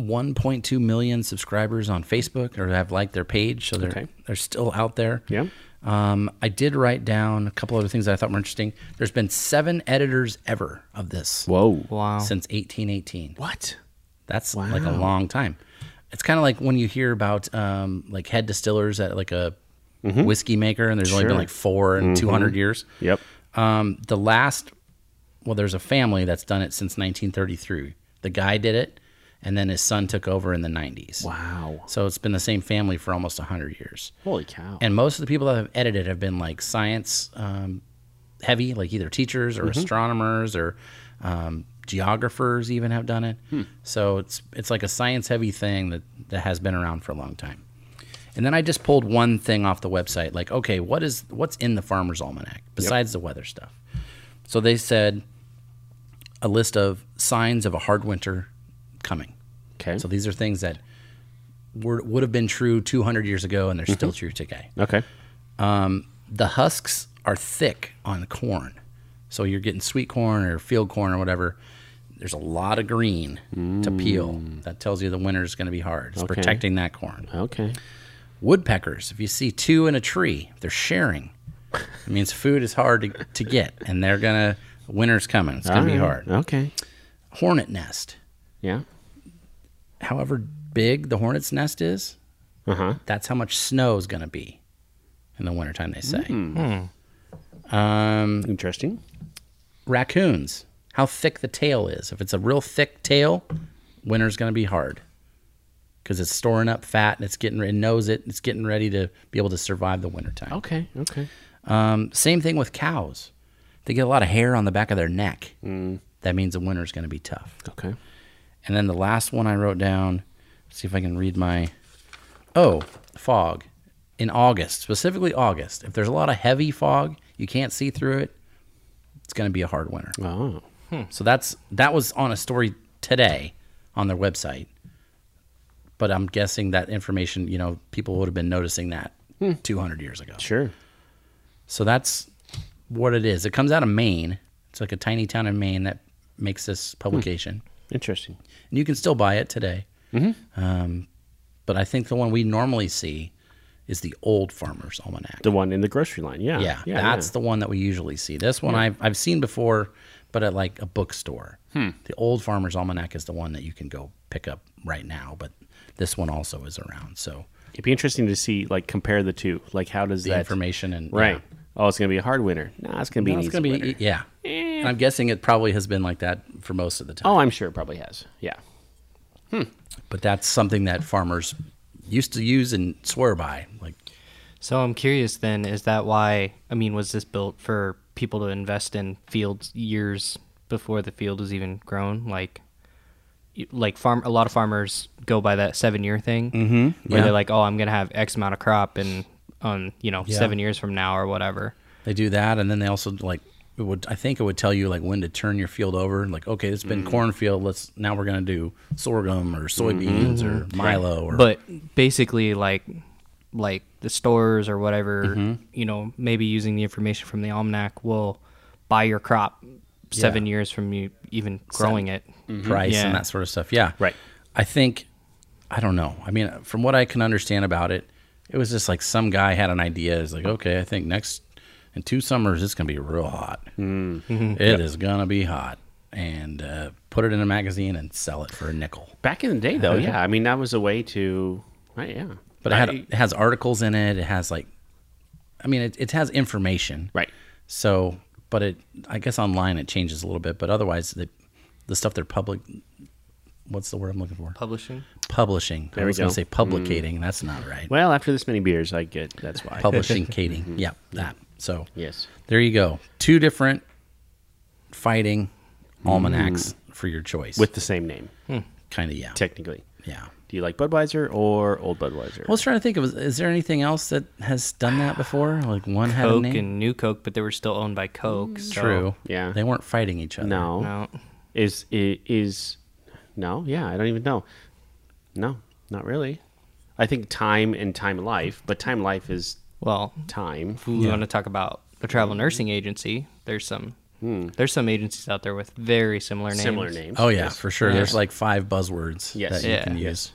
S3: 1.2 million subscribers on Facebook or have liked their page, so they're
S2: Okay.
S3: they're still out there.
S2: Yeah.
S3: Um, I did write down a couple other things that I thought were interesting. There's been seven editors ever of this
S2: whoa,
S1: Wow.
S3: since 1818.
S2: what?
S3: That's like a long time. It's kind of like when you hear about um, like head distillers at like a whiskey maker, and there's only been
S2: Mm-hmm. Sure. Mm-hmm.
S3: like four in 200 years.
S2: Yep.
S3: Um, the last, well, there's a family that's done it since 1933. The guy did it, and then his son took over in the 90s.
S2: Wow.
S3: So it's been the same family for almost 100 years.
S2: Holy cow.
S3: And most of the people that have edited have been like science um, heavy, like either teachers or astronomers or um, geographers even have done it. So it's it's like a science heavy thing that, that has been around for a long time. And then I just pulled one thing off the website, like okay, what is what's in the Farmer's Almanac besides the weather stuff? So they said a list of signs of a hard winter coming.
S2: okay.
S3: So these are things that were, would have been true 200 years ago, and they're still true today
S2: okay.
S3: the husks are thick on corn. So you're getting sweet corn or field corn or whatever. There's a lot of green to peel. That tells you the winter's going to be hard. It's protecting that corn.
S2: Okay.
S3: Woodpeckers, if you see two in a tree, they're sharing. It means food is hard to, to get, and they're going to, winter's coming. It's going to be hard.
S2: Okay.
S3: Hornet nest,
S2: Yeah.
S3: however big the hornet's nest is,
S2: Uh huh.
S3: that's how much snow is going to be in the wintertime, they say. Um,
S2: Interesting.
S3: raccoons, how thick the tail is. If it's a real thick tail, winter's going to be hard because it's storing up fat and it's getting it knows it. It's getting ready to be able to survive the wintertime.
S2: Okay. Okay.
S3: Um, same thing with cows. They get a lot of hair on the back of their neck. That means the winter's going to be tough.
S2: Okay.
S3: And then the last one I wrote down. Let's see if I can read my. Oh, fog in August, specifically August. If there's a lot of heavy fog, you can't see through it. It's going to be a hard winter.
S2: Oh.
S3: So that's that was on a story today on their website. But I'm guessing that information, you know, people would have been noticing that 200 years ago.
S2: Sure.
S3: So that's what it is. It comes out of Maine. It's like a tiny town in Maine that makes this publication.
S2: Interesting.
S3: And you can still buy it today. Um, but I think the one we normally see is the Old Farmer's Almanac.
S2: The one in the grocery line. Yeah.
S3: Yeah, that's the one that we usually see. This one I've, I've seen before, but at like a bookstore. The Old Farmer's Almanac is the one that you can go pick up right now, but this one also is around. So
S2: It'd be interesting to see, like, compare the two. Like, how does
S3: the
S2: that
S3: information and
S2: Right. Oh, it's gonna be a hard winter. Nah, it's gonna be e-, an
S3: Yeah. It's
S2: easy
S3: gonna be
S2: winter.
S3: yeah. And I'm guessing it probably has been like that for most of the time.
S2: oh, I'm sure it probably has. Yeah.
S3: But that's something that farmers used to use and swear by. Like
S1: So I'm curious then, is that why, I mean, was this built for people to invest in fields years before the field was even grown? Like, y- like farm, a lot of farmers go by that seven year thing mm-hmm. where
S3: yeah.
S1: they're like, oh, I'm going to have X amount of crop and on, you know,
S3: Yeah.
S1: seven years from now or whatever.
S3: They do that, and then they also like it would. I think it would tell you like when to turn your field over. Like, okay, it's
S1: Mm-hmm.
S3: been cornfield. Let's now we're gonna do sorghum or soybeans or milo or
S1: Mm-hmm. but basically like like the stores or whatever
S3: Mm-hmm.
S1: you know maybe using the information from the almanac will buy your crop seven years from you even growing it
S3: price
S1: mm-hmm. Yeah.
S3: and that sort of stuff. Yeah,
S2: Right.
S3: I think I don't know. I mean, from what I can understand about it, it was just like some guy had an idea. It's like, okay, I think next in two summers it's gonna be real hot.
S1: Mm-hmm.
S3: It is gonna be hot, and uh, put it in a magazine and sell it for a nickel.
S2: Back in the day, though, yeah. I mean, that was a way to. Right, yeah.
S3: But it, had,
S2: I-
S3: it has articles in it. It has like, I mean, it, it has information.
S2: Right.
S3: So, but it, I guess online it changes a little bit. But otherwise, the, the stuff they're public, what's the word I'm looking for?
S1: publishing
S3: Publishing. I
S2: we
S3: was going
S2: go. Mm.
S3: to say publicating. That's not right.
S2: Well, after this many beers, I get that's why.
S3: Publishing, cating.
S2: Mm-hmm.
S3: Yeah, that. So,
S2: Yes.
S3: there you go. Two different fighting almanacs for your choice.
S2: Mm-hmm. With the same name,
S3: kind of, yeah.
S2: technically.
S3: yeah.
S2: Do you like Budweiser or old Budweiser?
S3: I was trying to think of is there anything else that has done that before? Like one had a
S1: Coke
S3: name.
S1: and New Coke, but they were still owned by
S3: Mm.
S1: Coke. so-
S3: True.
S2: Yeah.
S3: Oh, They weren't fighting each other.
S2: no.
S1: No.
S2: Is i- is no? Yeah, I don't even know. No, not really. I think time and time life, but time life is
S1: Well,
S2: time.
S1: if we want to talk about the travel
S3: Mm.
S1: nursing agency, there's some
S3: Hmm.
S1: there's some agencies out there with very similar names.
S2: Similar names.
S3: Oh yeah, for sure. There's like five buzzwords
S2: Yes.
S3: that you
S1: Yeah.
S3: can use.
S2: Yes.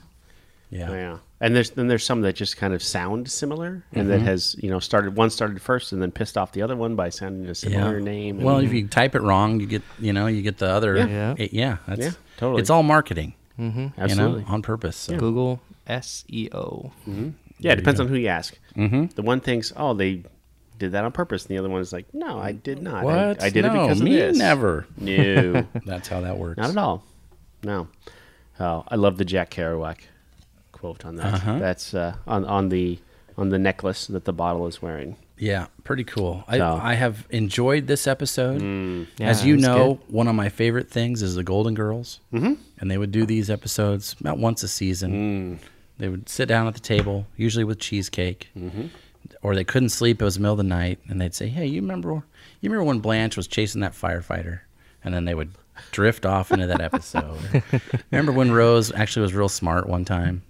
S3: Yeah.
S2: Oh, yeah. And there's then there's some that just kind of sound similar, and
S3: Mm-hmm.
S2: that has you know started one started first and then pissed off the other one by sounding a similar name. and-
S3: Well, if you type it wrong, you get you know you get the other.
S1: Yeah.
S3: Yeah, Mm-hmm. it, yeah, that's,
S2: Yeah, totally.
S3: It's all marketing,
S2: absolutely,
S3: you know, on purpose. So.
S1: Google E SEO.
S2: yeah, it depends on who you ask. Mm-hmm. The one thinks, oh, they did that on purpose, and the other one is like, no, I did not. I-
S3: What?
S2: I, did
S3: no,
S2: it because of
S3: me
S2: this.
S3: never.
S2: No,
S3: That's how that works.
S2: not at all. No. Oh, I love the Jack Kerouac quote on that.
S3: Uh-huh.
S2: That's uh, on on the on the necklace that the bottle is wearing.
S3: Yeah, pretty cool. I,
S2: So.
S3: I have enjoyed this episode. As
S1: Yeah,
S3: you
S1: it was
S3: know, one of my favorite things is the Golden Girls, mm-hmm. and they would do these episodes about once a season. They would sit down at the table, usually with cheesecake, mm-hmm. or they couldn't sleep. It was the middle of the night, and they'd say, "Hey, you remember? You remember when Blanche was chasing that firefighter?" And then they would drift off into that episode. remember when Rose actually was real smart one time?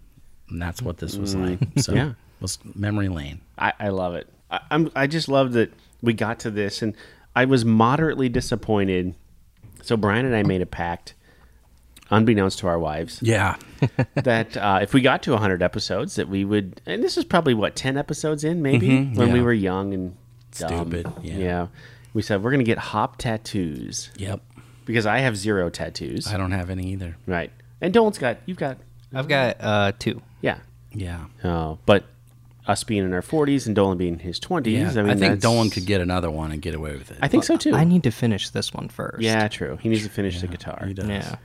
S3: And that's what this was like. So
S2: Yeah.
S3: it was memory lane.
S2: I, I love it. I, I'm I just love that we got to this, and I was moderately disappointed. So Brian and I made a pact, unbeknownst to our wives,
S3: Yeah.
S2: that uh, if we got to 100 episodes, that we would. And this is probably what 10 episodes in, maybe when we
S3: Mm-hmm. yeah.
S2: were young and dumb.
S3: Stupid, Um, yeah.
S2: we said we're gonna get hop tattoos
S3: Yep.
S2: because I have zero tattoos.
S3: I don't have any either.
S2: Right. And Dolan's got you've got
S3: Mm.
S1: I've got uh two.
S2: yeah.
S3: Yeah.
S2: Uh, but us being in our forties and Dolan being in his twenties,
S3: Yeah. I,
S2: I mean,
S3: think
S2: that's-
S3: Dolan could get another one and get away with it.
S2: I think so too.
S1: I need to finish this one first.
S2: yeah, true. He needs to finish the guitar.
S3: He does.
S1: Yeah.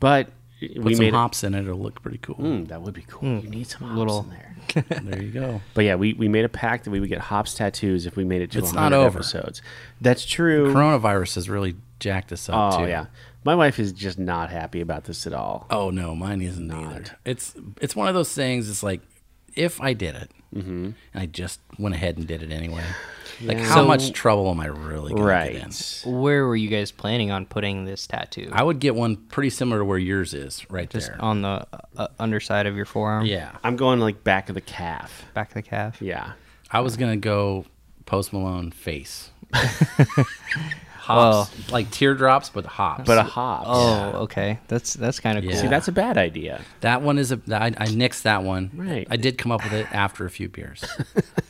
S2: But
S3: Put
S2: we
S3: some
S2: made
S3: hops in it. It'll look pretty cool.
S2: Mm, that would be cool. you need some hops
S1: little-
S2: in there.
S3: There you go.
S2: But yeah, we, we made a pact that we would get hops tattoos if we made it to
S3: It's not
S2: 100
S3: over.
S2: episodes. That's true.
S3: Coronavirus has really jacked us up
S2: oh
S3: too.
S2: yeah, my wife is just not happy about this at all.
S3: Oh no, mine isn't either. It's it's one of those things. It's like if I did it,
S2: Mm-hmm.
S3: and I just went ahead and did it anyway. Like how
S1: So-
S3: much trouble am I really going to get in?
S2: right.
S1: Where were you guys planning on putting this tattoo?
S3: I would get one pretty similar to where yours is right
S1: Just
S3: there.
S1: on the uh, underside of your forearm.
S3: yeah,
S2: I'm going like back of the calf.
S1: Back of the calf.
S2: Yeah.
S3: I was gonna go Post Malone face. hops, like teardrops, but hops.
S2: But uh, a hop.
S1: Oh, okay. That's that's kind of
S3: Yeah.
S1: cool.
S2: See, that's a bad idea.
S3: that one is a. I, I nixed that one.
S2: Right.
S3: I did come up with it after a few beers.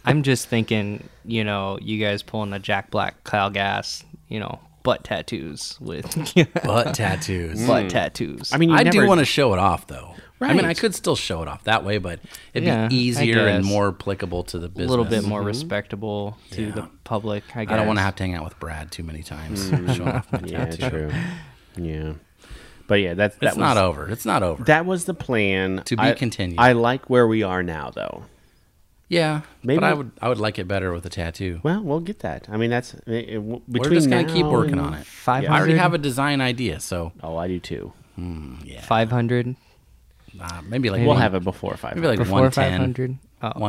S1: I'm just thinking, you know, you guys pulling the Jack Black, Kyle Gas, you know, butt tattoos with
S3: Butt tattoos.
S1: butt tattoos.
S2: I mean, you
S3: I do
S2: never-
S3: want to show it off though. I mean, I
S2: Right.
S3: could still show it off that way, but it'd
S1: Yeah, I
S3: be easier and
S1: guess.
S3: more applicable to the business.
S1: a little bit more respectable to the public. I guess.
S3: I don't want to have to hang out with Brad too many times. Showing off my
S2: Mm, Yeah,
S3: tattoo.
S2: true. Yeah, but yeah, that's that
S3: It's
S2: was,
S3: not over. It's not over.
S2: That was the plan
S3: To be
S2: I-
S3: continued.
S2: I like where we are now, though.
S3: yeah,
S2: Maybe-
S3: but I would. I would like it better with a tattoo.
S2: Well, we'll get that. I mean, that's it, it, w-
S3: We're
S2: between
S3: just gonna
S2: now
S3: keep working
S2: and-
S3: on it.
S1: Five
S3: I already
S1: hundred.
S3: have a design idea, so
S2: Oh, I do too.
S1: five hundred.
S3: uh, maybe like
S2: We'll
S3: one-
S2: have it before five.
S3: maybe like
S1: Before
S3: one ten.
S1: 500? Oh, oh,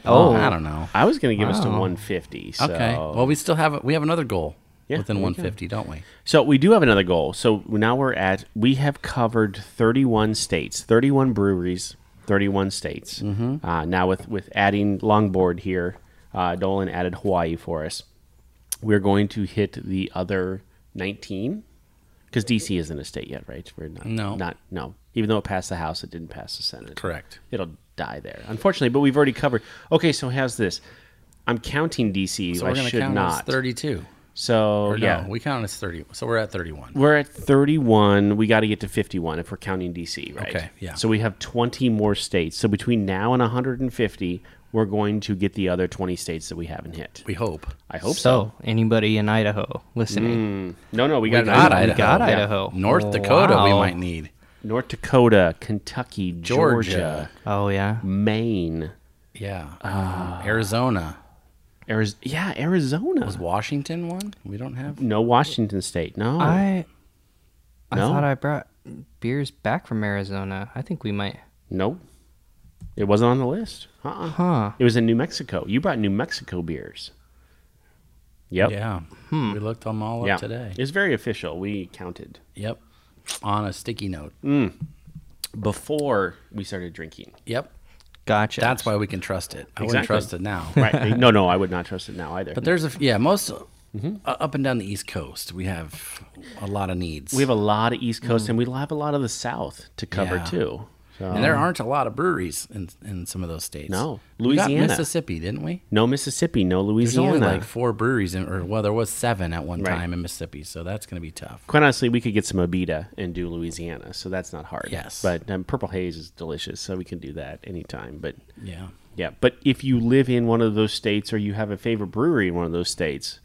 S1: 110.
S3: Oh,
S1: Oh.
S3: I don't know.
S2: I was going to give us to
S1: Wow.
S2: 150. So.
S3: Oh. Okay. Well, we still have we have another goal
S2: Yeah,
S3: within
S2: there we go.
S3: 150, don't we?
S2: so we do have another goal. So now we're at we have covered 31 states, 31 breweries, 31 states. Mm-hmm. Uh, now with with adding Longboard here, uh, Dolan added Hawaii for us. We're going to hit the other 19 because DC isn't a state yet, right? We're not.
S3: No.
S2: Not no. Even though it passed the House, it didn't pass the Senate.
S3: Correct.
S2: It'll die there, unfortunately. But we've already covered. Okay, so how's this? I'm counting DC.
S3: So
S2: I
S3: we're going to
S2: should
S3: count
S2: not.
S3: as 32.
S2: So
S3: Or
S2: yeah,
S3: no, we count as 30. So we're at 31.
S2: we're at 31. We got to get to 51 if we're counting DC, right?
S3: Okay, yeah.
S2: So we have 20 more states. So between now and 150, we're going to get the other 20 states that we haven't hit.
S3: We hope.
S2: I hope
S1: So,
S2: so.
S1: anybody in Idaho listening?
S2: No, no, we got,
S3: got
S2: we
S3: Idaho.
S2: got
S1: Yeah.
S2: Idaho.
S1: Idaho.
S3: North Dakota we
S1: Wow.
S3: might need.
S2: North Dakota, Kentucky, Georgia,
S3: Georgia.
S1: Oh yeah.
S2: Maine,
S3: Yeah.
S1: Ah.
S3: Arizona.
S2: Ariz- yeah, Arizona.
S3: Was Washington one? We don't have.
S2: no, Washington State. No.
S1: I I
S2: No?
S1: thought I brought beers back from Arizona. I think we might.
S2: Nope. It wasn't on the list. Uh-uh.
S1: Huh.
S2: It was in New Mexico. You brought New Mexico beers. Yep.
S3: Yeah.
S1: Hmm.
S3: We looked them all up today.
S2: It's very official. We counted
S3: Yep. On a sticky note.
S2: before we started drinking.
S3: Yep.
S1: Gotcha.
S3: That's why we can trust it. I wouldn't
S2: Exactly.
S3: trust it now.
S2: Right. no, no, I would not trust it now either.
S3: But there's a yeah, most
S2: Mm-hmm.
S3: uh, up and down the East Coast, we have a lot of needs.
S2: we have a lot of
S1: Mm.
S2: East Coast and we'll have a lot of the South to cover
S3: Yeah.
S2: too. So,
S3: and there aren't a lot of breweries in in some of those states.
S2: No.
S3: We got
S2: Louisiana.
S3: Mississippi, didn't we?
S2: no Mississippi, no
S3: There's
S2: Louisiana.
S3: only like four breweries, in, or well, there was seven at one
S2: Right.
S3: time in Mississippi, so that's going to be tough.
S2: Quite honestly, we could get some Abita and do Louisiana, so that's not hard.
S3: Yes.
S2: But um, Purple Haze is delicious, so we can do that anytime. But
S3: Yeah,
S2: yeah, but if you live in one of those states or you have a favorite brewery in one of those states,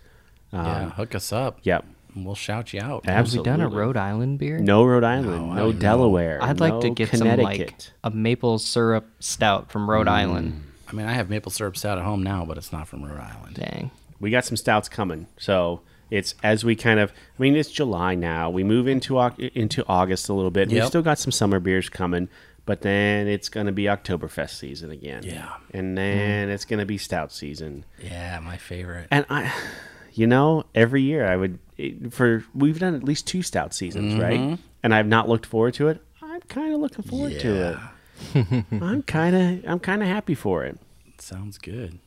S3: yeah. Hook us up.
S2: Um, yeah,
S3: and we'll shout you out.
S1: Have we done a
S2: absolutely.
S1: Rhode Island beer?
S2: No Rhode Island, no, Delaware.
S1: I'd like to
S2: no
S1: get some like
S2: Connecticut.
S1: a maple syrup stout from Rhode Island.
S3: I mean, I have maple syrup stout at home now, but it's not from Rhode Island.
S1: Dang.
S2: we got some stouts coming. So it's as we kind of, I mean, it's July now. We move into Au- into August a little bit. We've
S3: Yep.
S2: still got some summer beers coming, but then it's going to be Oktoberfest season again.
S3: Yeah. Mm.
S2: and then it's going to be stout season.
S3: Yeah, my favorite.
S2: And I, you know, every year I would it- for we've done at least two stout seasons,
S3: Mm-hmm.
S2: right? And I've not looked forward to it. I'm kind of looking forward to it. I'm kind of I'm kind of happy for it.
S3: Sounds good.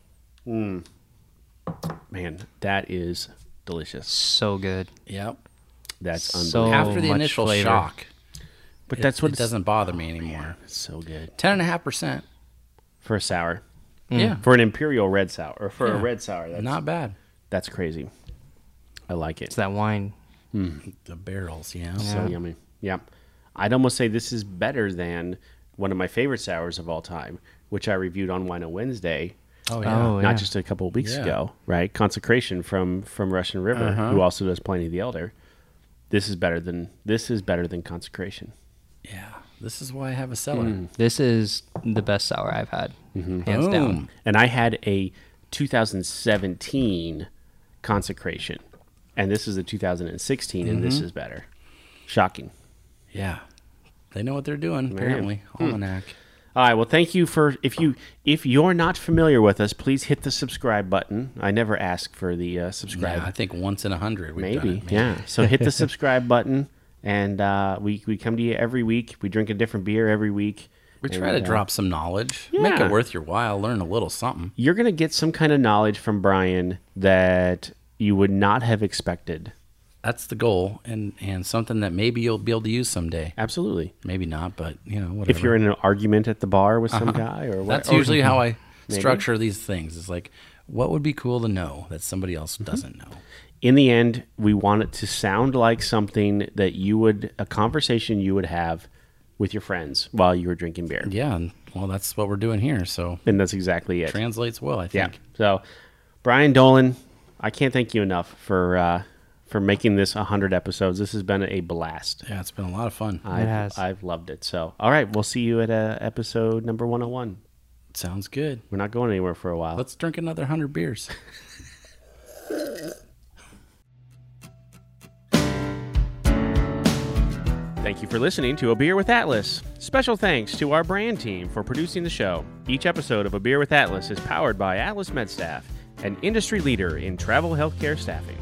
S2: Man, that is delicious.
S1: So good.
S3: Yep.
S2: That's
S1: So-
S2: unbelievable.
S3: After the
S1: much
S3: initial
S1: flavor.
S3: shock,
S2: But
S3: it-
S2: that's what
S3: it doesn't bother me anymore.
S2: It's so good
S3: Ten and a half percent.
S2: for a sour,
S3: Yeah,
S2: Mm. for an imperial red sour, or for a
S3: Yeah.
S2: red sour. That's
S3: not bad.
S2: that's crazy. I like it.
S1: It's that wine.
S3: The barrels, yeah.
S2: so yummy. Yeah, I'd almost say this is better than one of my favorite sours of all time, which I reviewed on Wine on Wednesday,
S3: Oh
S1: Oh,
S2: not
S1: yeah.
S2: just a couple of weeks
S3: Yeah. Uh-huh.
S2: ago. Right, Consecration from from Russian River, who also does Pliny the Elder. This is better than this is better than Consecration.
S3: Yeah. This is why I have a cellar.
S2: Mm.
S1: This is the best sour I've had, hands down.
S3: Boom.
S2: and I had a 2017 consecration, and this is a 2016, and
S3: Mm-hmm.
S2: this is better. Shocking.
S3: Yeah. They know what they're doing, apparently.
S2: Hmm.
S3: Almanac.
S2: All right. Well, thank you for if you if you're not familiar with us, please hit the subscribe button. I never ask for the uh, subscribe.
S3: Yeah, I think once in a hundred we've done
S2: maybe,
S3: it,
S2: yeah. So hit the subscribe button, and uh, we we come to you every week. We drink a different beer every week.
S3: We
S2: and,
S3: try to
S2: uh,
S3: drop some knowledge. Make
S2: Yeah.
S3: it worth your while. Learn a little something.
S2: you're going to get some kind of knowledge from Brian that you would not have expected.
S3: That's the goal and, and something that maybe you'll be able to use someday.
S2: Absolutely.
S3: Maybe not, but you know, whatever.
S2: if you're in an argument at the bar with some guy or what,
S3: Uh-huh. That's usually how I structure these things. It's like what would be cool to know that somebody else
S2: Mm-hmm.
S3: doesn't know?
S2: in the end we want it to sound like something that you would a conversation you would have with your friends while you were drinking beer
S3: Yeah, and well that's what we're doing here, so
S2: and that's exactly it
S3: translates well, I
S2: yeah
S3: think.
S2: so brian dolan i can't thank you enough for uh, for making this 100 episodes this has been a blast
S3: Yeah, it's been a lot of fun.
S2: I've,
S1: has.
S2: I've loved it so all right we'll see you at uh, episode number 101
S3: Sounds good.
S2: we're not going anywhere for a while
S3: Let's drink another 100 beers.
S2: Thank you for listening to A Beer with Atlas. Special thanks to our brand team for producing the show. Each episode of A Beer with Atlas is powered by Atlas MedStaff, an industry leader in travel healthcare staffing.